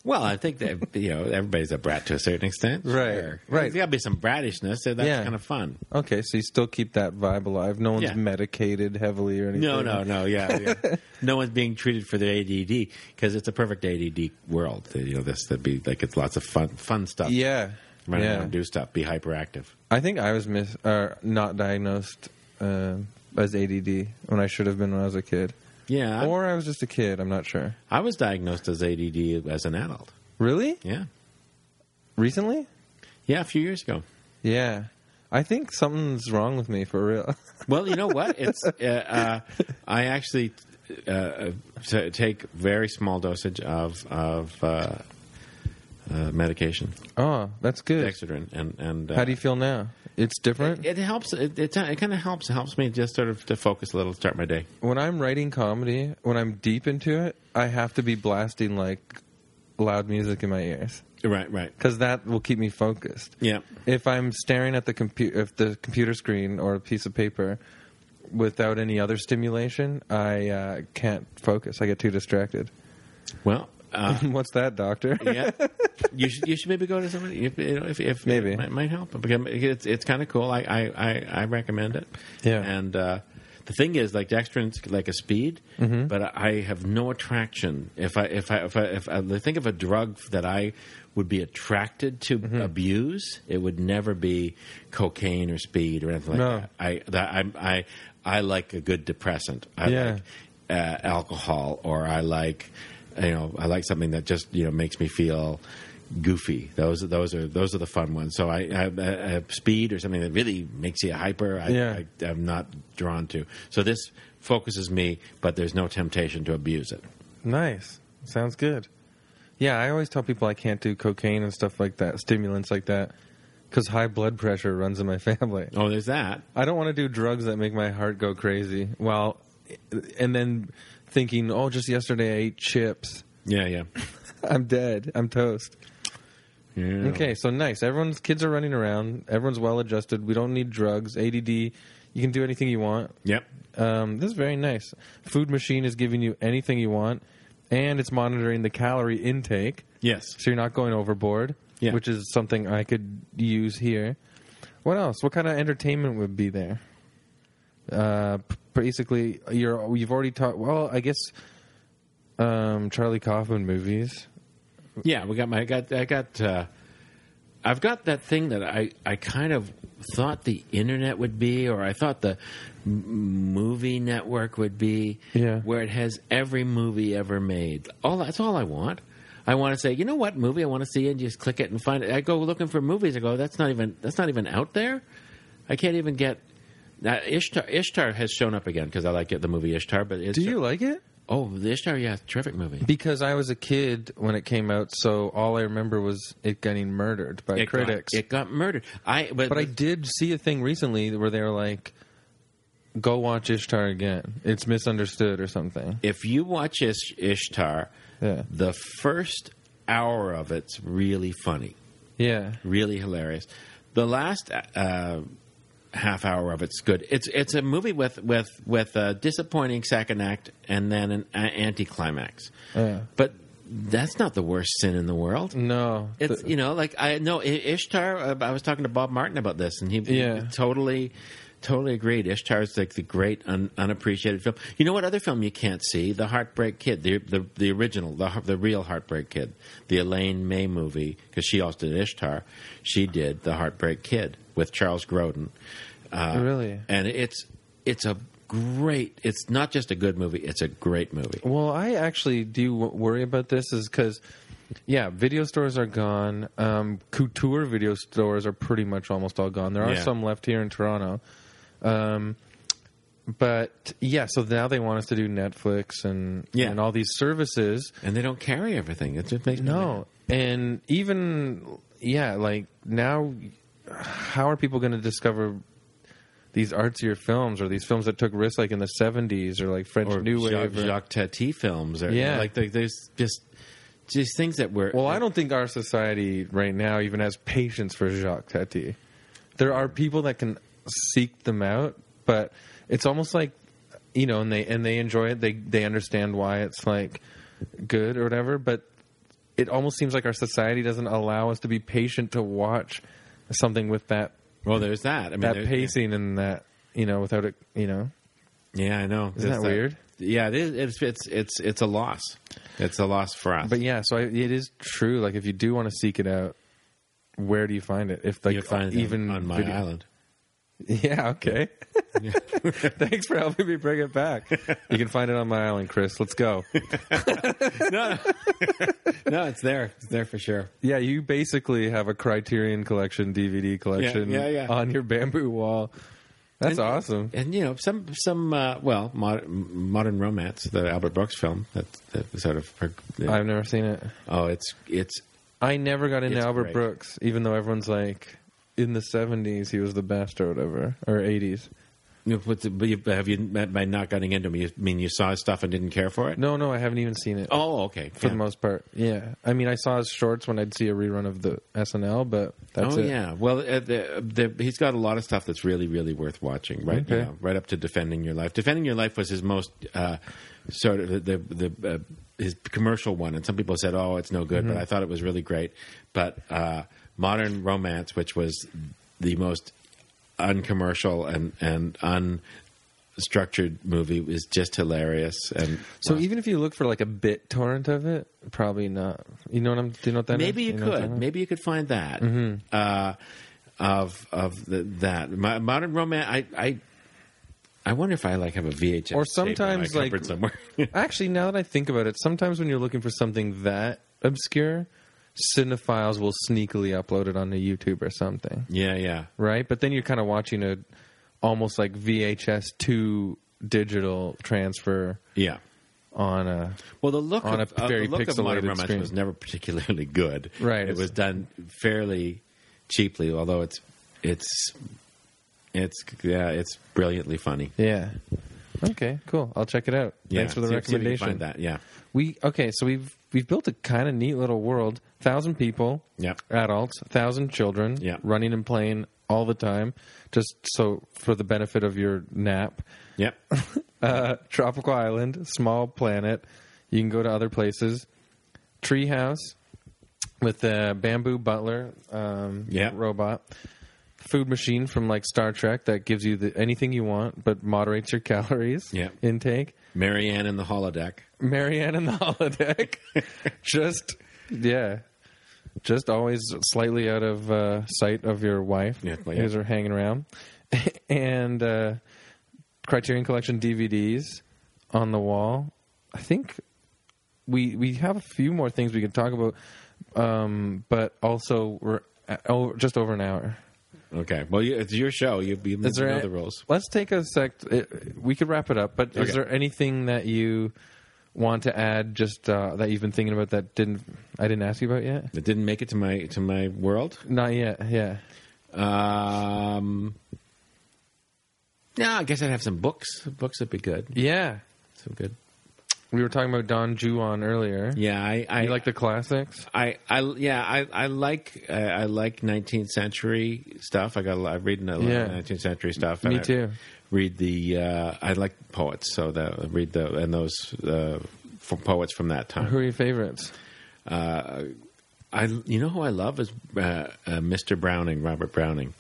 Well, I think that you know everybody's a brat to a certain extent,
Right, right.
There's got to be some bratishness, so that's
Yeah.
kind of fun.
okay. So you still keep that vibe alive. No one's
Yeah.
medicated heavily or anything.
No, no, no. Yeah,
(laughs)
yeah. no one's being treated for their ADD because it's a perfect ADD world. You know, this would be like it's lots of fun, fun stuff.
Yeah,
run
yeah.
around, do stuff, be hyperactive.
I think I was mis or not diagnosed uh, as ADD when I should have been when I was a kid,
Yeah, I-
or I was just a kid. I'm not sure.
I was diagnosed as ADD as an adult.
Really?
Yeah,
Recently?
yeah, a few years ago.
Yeah. I think something's wrong with me for real. (laughs)
Well, you know what? It's uh, uh, I actually uh, t- take very small dosage of of uh, uh, medication,
oh, that's good.
Excedrin, and and uh,
How do you feel now? It's different.
It helps. It, it, it kind of helps. It helps me just sort of to focus a little, start my day.
when I'm writing comedy, when I'm deep into it, I have to be blasting like loud music in my ears
Right, right.
because that will keep me focused.
Yeah,
if I'm staring at the computer, if the computer screen or a piece of paper without any other stimulation, I uh, can't focus. I get too distracted. (laughs)
Well, uh,
What's that, doctor?
yeah. You should you should maybe go to somebody if you know, if, if
Maybe.
it might, might help because it's it's kind of cool. I, I, I, I recommend it.
Yeah.
And uh, the thing is, like Dextrin's like a speed,
Mm-hmm.
but I have no attraction. If I if I if I, if I think of a drug that I would be attracted to
Mm-hmm.
abuse, it would never be cocaine or speed or anything like
No.
that. I that I'm, I I like a good depressant. I
Yeah.
like uh, alcohol, or I like you know I like something that just you know makes me feel goofy. Those those are those are the fun ones. So I, I, I have speed or something that really makes you hyper. I,
Yeah.
I, I'm not drawn to. So this focuses me, but there's no temptation to abuse it.
Nice. Sounds good. Yeah, I always tell people I can't do cocaine and stuff like that, stimulants like that, because high blood pressure runs in my (laughs) family.
Oh, there's that.
I don't want to do drugs that make my heart go crazy. Well, and then thinking, oh, just yesterday I ate chips.
Yeah, yeah.
I'm dead. I'm toast. (laughs)
Yeah.
Okay, so nice. Everyone's kids are running around. Everyone's well adjusted. We don't need drugs. ADD. You can do anything you want.
Yep.
Um, this is very nice. Food machine is giving you anything you want, and it's monitoring the calorie intake,
Yes.
so you're not going overboard.
Yeah.
Which is something I could use here. What else? What kind of entertainment would be there? Uh, p- basically, you're you've already taught. Well, I guess um, Charlie Kaufman movies.
Yeah, we got my I got I got uh, I've got that thing that I I kind of thought the internet would be, or I thought the m- movie network would be,
Yeah.
where it has every movie ever made. All that's all I want. I want to say, you know what movie I want to see, and just click it and find it. I go looking for movies. I go, that's not even that's not even out there. I can't even get. Now, Ishtar, Ishtar has shown up again because I like it, the movie Ishtar. But
Do you like it?
Oh, the Ishtar, yeah, terrific movie.
Because I was a kid when it came out, so all I remember was it getting murdered by
It got-
critics.
it got murdered. I but,
but I did see a thing recently where they were like, "Go watch Ishtar again. It's misunderstood or something."
if you watch Ish- Ishtar,
Yeah.
the first hour of it's really funny,
Yeah,
really hilarious. The last uh, half hour of it's good. It's it's a movie with with with a disappointing second act and then an a- anticlimax.
Yeah.
But that's not the worst sin in the world.
no,
It's
Th-
you know like I know I- Ishtar. Uh, I was talking to Bob Martin about this, and he, he
Yeah.
totally, totally agreed. Ishtar is like the great un, unappreciated film. You know what other film you can't see? The Heartbreak Kid, the the, the original, the heart- the real Heartbreak Kid, the Elaine May movie because she also did Ishtar. She did the Heartbreak Kid with Charles Grodin. Uh,
Really?
and it's it's a great. It's not just a good movie; it's a great movie.
Well, I actually do w- worry about this, is because, yeah, video stores are gone. Um, couture video stores are pretty much almost all gone. There are
Yeah.
some left here in Toronto, um, but yeah. So now they want us to do Netflix and
Yeah.
and all these services.
And they don't carry everything. It just makes me
No, and even yeah, like now, how are people going to discover? These artsier films, or these films that took risks, like in the '70s, or like French
mad. or
New
Jacques,
Wave, or-
Jacques Tati films. Or,
Yeah.
like they, there's just just things that were
Well, I don't think our society right now even has patience for Jacques Tati. There are people that can seek them out, but it's almost like you know, and they and they enjoy it. They they understand why it's like good or whatever. But it almost seems like our society doesn't allow us to be patient to watch something with that
Well, there's that. I mean,
that
there's-
pacing and that you know without it you know.
Yeah, I know.
Isn't
It's
that weird?
Yeah, it is. It's, it's it's it's a loss. It's a loss for us.
But yeah, so I, it is true. Like if you do want to seek it out, where do you find it? If like
you find them
even
on my
video-
island.
Yeah, okay. (laughs) Thanks for helping me bring it back. You can find it on my island, Chris. Let's go.
No, it's there. It's there for sure.
Yeah, you basically have a Criterion collection DVD collection
yeah, yeah.
on your bamboo wall. That's awesome.
and you know some some uh, well modern, modern romance the albert brooks film that, that sort of
I've never seen it.
oh it's it's
I never got into
It's
Albert
great.
Brooks, even though everyone's like in the 70s he was the best or whatever, or 80s.
you know, what's it- but you, have you met by not getting into me you mean you saw his stuff and didn't care for it
No, no, I haven't even seen it
oh okay
for the
Yeah.
most part. Yeah. I mean, I saw his shorts when I'd see a rerun of the SNL, but that's
oh
it.
yeah, well, uh, the, the, he's got a lot of stuff that's really, really worth watching. Right,
Okay.
Yeah, right up to defending your life. Defending your life was his most uh, sort of the the, the uh, his commercial one, and some people said, "Oh, it's no
Mm-hmm.
good," but I thought it was really great. But uh, modern romance, which was the most uncommercial and and unstructured movie is just hilarious and uh,
So even if you look for like a bit torrent of it, probably not. You know what I'm? Do you know what that is?
maybe you,
know Mm-hmm. what I'm
could
talking
maybe you could find that uh, of of the, that Mo- modern romance i i i wonder if i like have a vhs
Or
tape in my
sometimes, like-
cupboard somewhere (laughs)
about? Actually, now that I think about it, sometimes when you're looking for something that obscure, cinephiles will sneakily upload it onto YouTube or something,
yeah yeah
right? But then you're kind of watching a almost like VHS two digital transfer
yeah
on a.
well the look
On
of,
a
uh,
very
the look of modern
pixelated
romance
screen.
was never particularly (laughs) good
Right,
it
it's-
was done fairly cheaply although it's it's it's yeah it's brilliantly funny
Yeah. Okay. Cool. I'll check it out.
yeah
Thanks for the
see- see if you can
recommendation.
find that yeah
We okay, so we've we've built a kind of neat little world. Thousand people,
Yep.
adults, thousand children,
Yep.
running and playing all the time, just so for the benefit of your nap.
yep (laughs)
Uh, (laughs) tropical island, small planet. You can go to other places. Treehouse with the bamboo butler um,
Yep.
robot. Food machine from like Star Trek that gives you the, anything you want but moderates your (laughs) calories
Yep.
intake.
marianne in the holodeck
Marianne and the (laughs) holodeck. just yeah. Just always slightly out of uh, sight of your wife.
Yeah, well, yeah.
Here's her hanging around. (laughs) and uh, Criterion Collection DVDs on the wall. I think we we have a few more things we can talk about, um, but also we're at, oh, just over an hour.
Okay. Well, you, it's your show. You, you
Is there
know
a-
the rules.
Let's take a sec. it- We could wrap it up, but
Okay.
is there anything that you want to add? Just uh, that you've been thinking about that didn't I didn't ask you about yet?
It didn't make it to my to my world.
Not yet. Yeah.
Um, no, I guess I'd have some books. Books would be good.
Yeah.
Some good.
We were talking about Don Juan earlier.
Yeah, I I
You like the classics?
I, I yeah I I like I, I like 19th century stuff. I got a lot, I'm reading a lot
Yeah.
of 19th century stuff.
Me
and I
too.
Read the uh, I like poets, so that I read the and those uh, f poets from that time.
Who are your favorites?
I you know who I love is uh, uh, Mr. Browning, Robert Browning.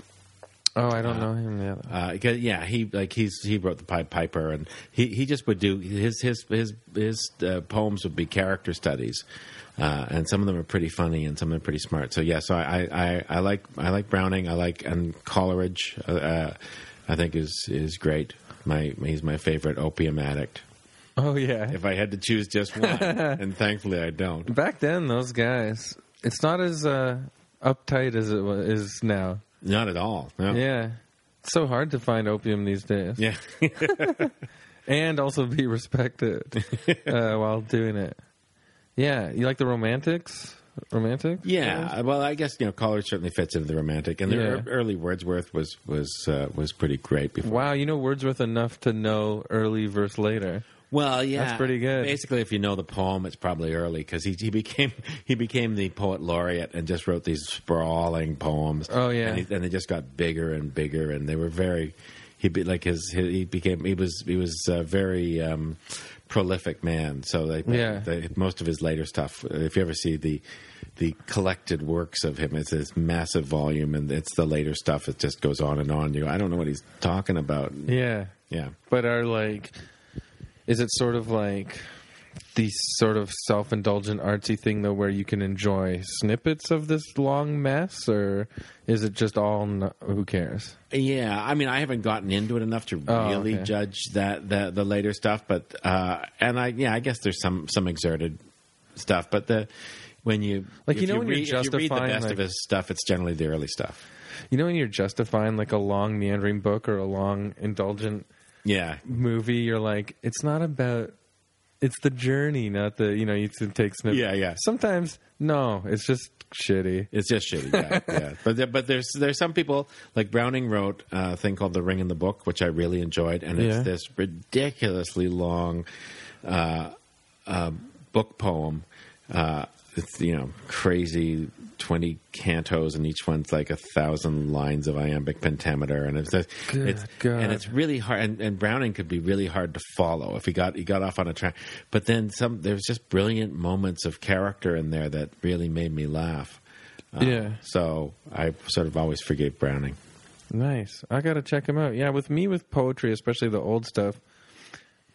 Oh, I don't know him yet.
Uh, 'cause, yeah, he like he's he wrote the Pied Piper, and he, he just would do his his his his uh, poems would be character studies, uh, and some of them are pretty funny, and some of them are pretty smart. So yeah, so I I, I, I like I like Browning, I like and Coleridge, uh, uh, I think is is great. My he's my favorite opium addict.
Oh yeah.
If I had to choose
(laughs)
just one, and thankfully I don't.
Back then, those guys, it's not as uh, uptight as it wa is now.
Not at all. No.
Yeah. It's so hard to find opium these days. (laughs)
Yeah.
And also be (laughs) respected (laughs) uh, while doing it. Yeah. You like the romantics? Romantic?
Yeah, uh, well, I guess you know, Collard certainly fits into the romantic, and the
Yeah.
ear- early Wordsworth was was uh, was pretty great before.
Wow, you know Wordsworth enough to know early verse later.
Well, yeah,
That's pretty good.
Basically, if you know the poem, it's probably early because he, he became (laughs) he became the poet laureate and just wrote these sprawling poems.
Oh, yeah.
and, he, and they just got bigger and bigger, and they were very. He be, like his he became he was he was a very um, prolific man. So they,
Yeah.
they- most of his later stuff. uh, If you ever see the the collected works of him, it's this massive volume, and it's the later stuff. It just goes on and on. You go, I don't know what he's talking about.
Yeah.
Yeah.
But are like, is it sort of like the sort of self indulgent artsy thing though, where you can enjoy snippets of this long mess, or is it just all n- who cares?
Yeah, I mean, I haven't gotten into it enough to
Oh,
really
okay.
judge that the the later stuff, but uh, and I yeah, I guess there's some some exerted stuff, but the when you
Like,
if
you know when you're
read, if you read the
justifying,
best
like-
of his stuff, it's generally the early stuff.
You know, when you're justifying like a long meandering book or a long indulgent
Yeah,
movie, you're like, it's not about. It's the journey, not the you know. You can take snippets.
Yeah, yeah.
Sometimes no, it's just shitty.
It's just shitty,
(laughs)
yeah. yeah. But there, but there's there's some people like Browning wrote a thing called The Ring in the Book, which I really enjoyed, and it's
Yeah.
this ridiculously long uh, uh, book poem. Uh, it's you know crazy twenty cantos, and each one's like a thousand lines of iambic pentameter, and it's it's,
Good
it's
God.
and it's really hard. And, and Browning could be really hard to follow if he got he got off on a track. But then some there's just brilliant moments of character in there that really made me laugh.
yeah.
So I sort of always forgave Browning.
Nice. I gotta check him out. Yeah, with me with poetry, especially the old stuff,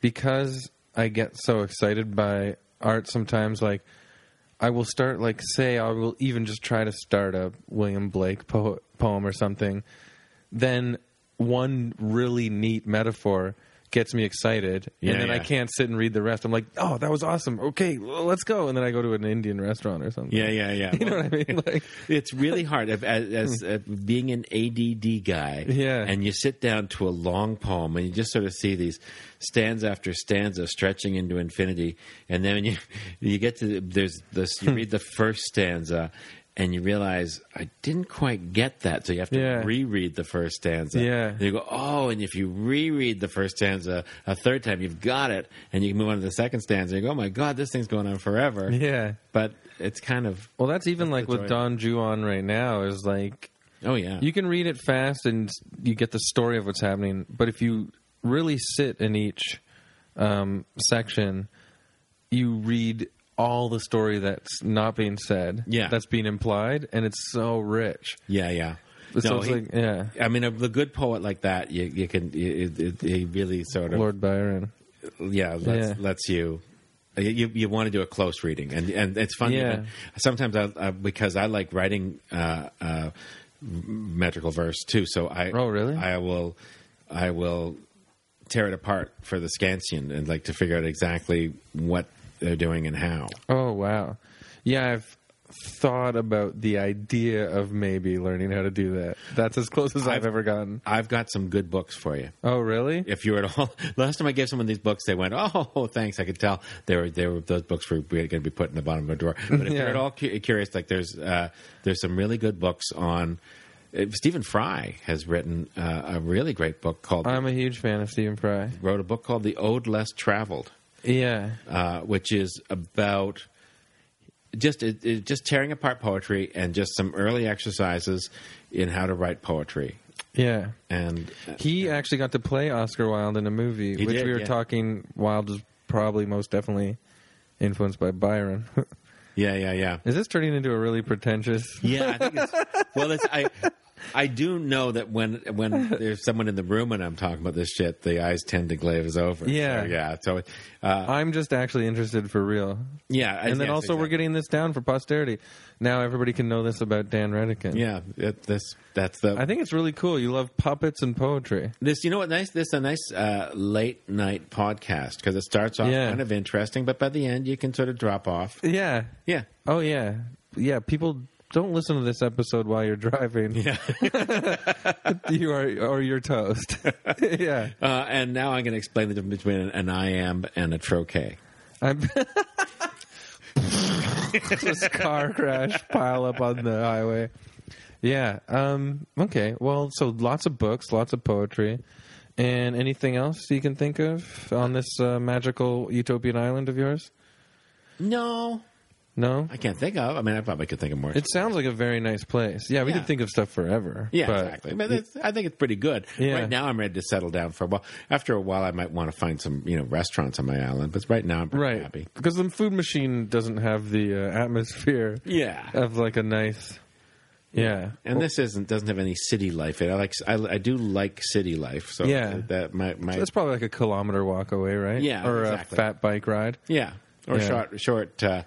because I get so excited by art sometimes, like I will start like say I will even just try to start a William Blake po- poem or something. Then one really neat metaphor gets me excited,
Yeah,
and then I
yeah.
can't sit and read the rest. I'm like, oh, that was awesome. Okay, well, let's go. And then I go to an Indian restaurant or something.
yeah, yeah.
(laughs) you know what I mean.
(laughs)
Like,
It's really hard if- as, as, uh being an ADD guy.
Hmm. Yeah.
And you sit down to a long poem and you just sort of see these stanza after stanza stretching into infinity. And then when you, (laughs) you get to, the- there's this,
Hmm.
you read the first stanza and you realize I didn't quite get that. So you have to
Yeah.
reread the first stanza.
Yeah.
And you go, oh, and if you reread the first stanza a third time, you've got it. And you can move on to the second stanza. You go, oh my God, this thing's going on forever.
yeah.
But it's kind of,
Well, that's even like
That's the
with
joy.
Don Juan right now is like
oh yeah.
you can read it fast and you get the story of what's happening, but if you really sit in each um, section, you read all the story that's not being said,
Yeah.
that's being implied, and it's so rich.
Yeah, yeah.
It sounds
he-
like yeah,
I mean, a, the good poet like that, you, you can, you- it, it, he really sort of,
Lord Byron.
yeah, lets,
Yeah.
lets you. uh, You, you want to do a close reading, and and it's funny.
Yeah.
even- Sometimes I, I because I like writing uh, uh, metrical verse too, so I
Oh, really?
I will I will tear it apart for the Scansion and like to figure out exactly what they're doing and how.
Oh wow, yeah, I've thought about the idea of maybe learning how to do that. That's as close as I've,
I've-
ever gotten.
I've got some good books for you.
Oh really?
if you were at all (laughs) last time I gave someone these books, they went, "Oh, thanks." I could tell they were they were those books were going to be put in the bottom of a drawer. But if
Yeah.
you're at all cu- curious, like there's uh, there's some really good books on. Uh, Stephen Fry has written uh, a really great book called
I'm a huge fan of Stephen Fry.
wrote a book called The Ode Less Traveled
Yeah.
uh, which is about just it, it, just tearing apart poetry and just some early exercises in how to write poetry.
Yeah.
And uh,
He actually got to play Oscar Wilde in a movie,
He
which
did,
we were
yeah.
talking. Wilde is probably most definitely influenced
(laughs)
by Byron.
yeah, yeah, yeah.
is this turning into a really pretentious?
Yeah, I think it's, well, it's I. I do know that when when there's someone in the room and I'm talking about this shit, the eyes tend to glaze over.
Yeah.
so, yeah. So, uh,
I'm just actually interested for real.
yeah,
And then also we're getting this down for posterity. Now everybody can know this about Dan Redican.
yeah. It, this that's the
I think it's really cool. You love puppets and poetry.
this you know what nice this is a nice uh, late night podcast because it starts off
Yeah.
kind of interesting, but by the end you can sort of drop off.
Yeah.
Yeah,
Oh yeah. Yeah, people don't listen to this episode while you're driving. Yeah. (laughs) you are or you're toast. (laughs) yeah.
uh, and now I'm going to explain the difference between an, an iamb and a trochee.
I'm just car crash pile up on the highway. Yeah. Um, okay. Well, so lots of books, lots of poetry, and anything else you can think of on this uh, magical utopian island of yours?
No,
No.
I can't think of. I mean, I probably could think of more.
It sounds like a very nice place. Yeah, we
Yeah.
could think of stuff forever.
Yeah,
but-
exactly. But it's, I think it's pretty good.
Yeah.
Right now, I'm ready to settle down for a while. After a while, I might want to find some you know restaurants on my island. But right now, I'm pretty
Right.
happy.
Because the food machine doesn't have the uh, atmosphere
Yeah.
of like a nice. Yeah.
and this isn't doesn't have any city life. in it. I like I, I do like city life. So
Yeah.
that my my
That's probably like a kilometer walk away, right?
Yeah,
Or a
exactly.
fat bike ride.
yeah or
Yeah.
short short uh,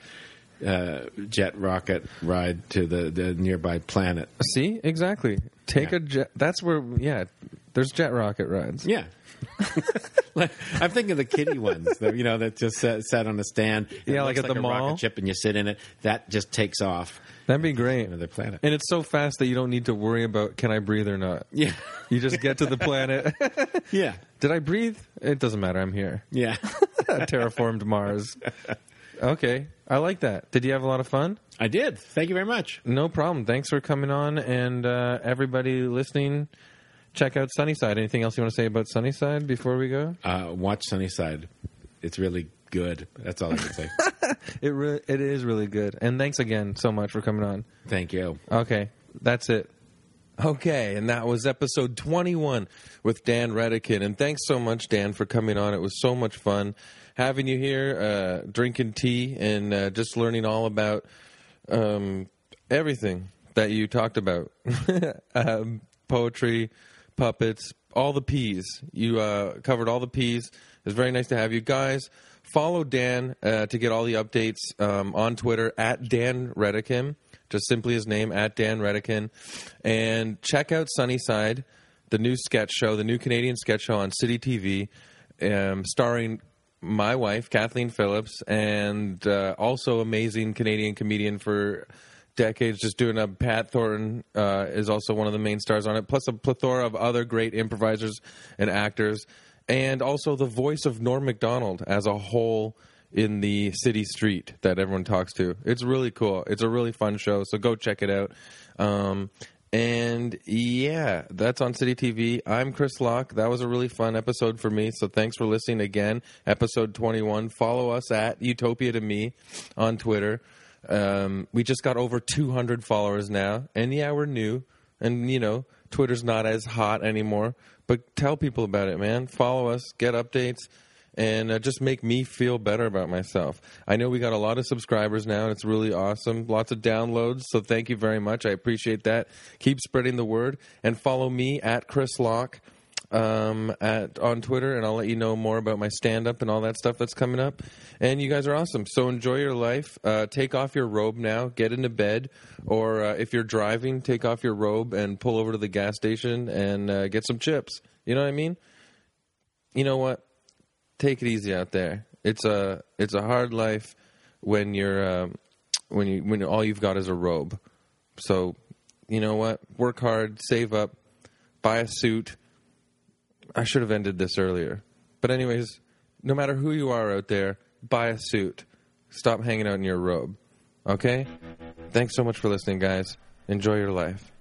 uh, jet rocket ride to the, the nearby planet.
See, exactly. Take
Yeah.
a jet. That's where, yeah. There's jet rocket rides.
Yeah. (laughs) Like, I'm thinking of the kitty ones, that, you know, that just sat, sat on a stand. and it
Yeah, like
looks
at the
a
mall.
rocket ship, and you sit in it. That just takes off
That'd be great.
another planet. (laughs)
And it's so fast that you don't need to worry about can I breathe or not.
Yeah.
You just get to the planet. (laughs)
Yeah.
Did I breathe? It doesn't matter. I'm here. (laughs)
Yeah.
Terraformed Mars. Okay, I like that. Did you have a lot of fun?
I did. Thank you very much.
No problem. Thanks for coming on, and uh, everybody listening, check out Sunnyside. Anything else you want to say about Sunnyside before we go?
Uh, watch Sunnyside. It's really good. That's all I
(laughs)
can say.
It re- it is really good, and thanks again so much for coming on.
Thank you.
Okay, that's it.
Okay, and that was episode 21 with Dan Redican. And thanks so much, Dan, for coming on. It was so much fun having you here, uh, drinking tea, and uh, just learning all about um, everything that you talked about (laughs) um, poetry, puppets, all the P's. You uh, covered all the P's. It was very nice to have you guys. Follow Dan uh, to get all the updates um, on Twitter at Dan Redican just simply his name at Dan Redican. And check out Sunnyside, the new sketch show, the new Canadian sketch show on City TV, um, starring my wife Kathleen Phillips and uh, also amazing Canadian comedian for decades, just doing a Pat Thornton uh, is also one of the main stars on it, plus a plethora of other great improvisers and actors, and also the voice of Norm Macdonald as a whole in the city street that everyone talks to. It's really cool. It's a really fun show, so go check it out. Um, and yeah, that's on City TV. I'm Chris Locke. That was a really fun episode for me, so thanks for listening again. Episode 21. Follow us at Utopia to Me on Twitter. Um, we just got over 200 followers now, and yeah, we're new and you know twitter's not as hot anymore but tell people about it man follow us get updates and uh, just make me feel better about myself i know we got a lot of subscribers now and it's really awesome lots of downloads so thank you very much i appreciate that keep spreading the word and follow me at chris Locke um, at on Twitter, and I'll let you know more about my stand up and all that stuff that's coming up. And you guys are awesome. So enjoy your life. Uh, take off your robe now. Get into bed, or uh, if you're driving, take off your robe and pull over to the gas station and uh, get some chips. You know what I mean? You know what? Take it easy out there. It's a it's a hard life when you're um, when you when all you've got is a robe. So you know what? Work hard, save up, buy a suit. I should have ended this earlier. But anyways, no matter who you are out there, buy a suit. Stop hanging out in your robe. Okay? Thanks so much for listening, guys. Enjoy your life.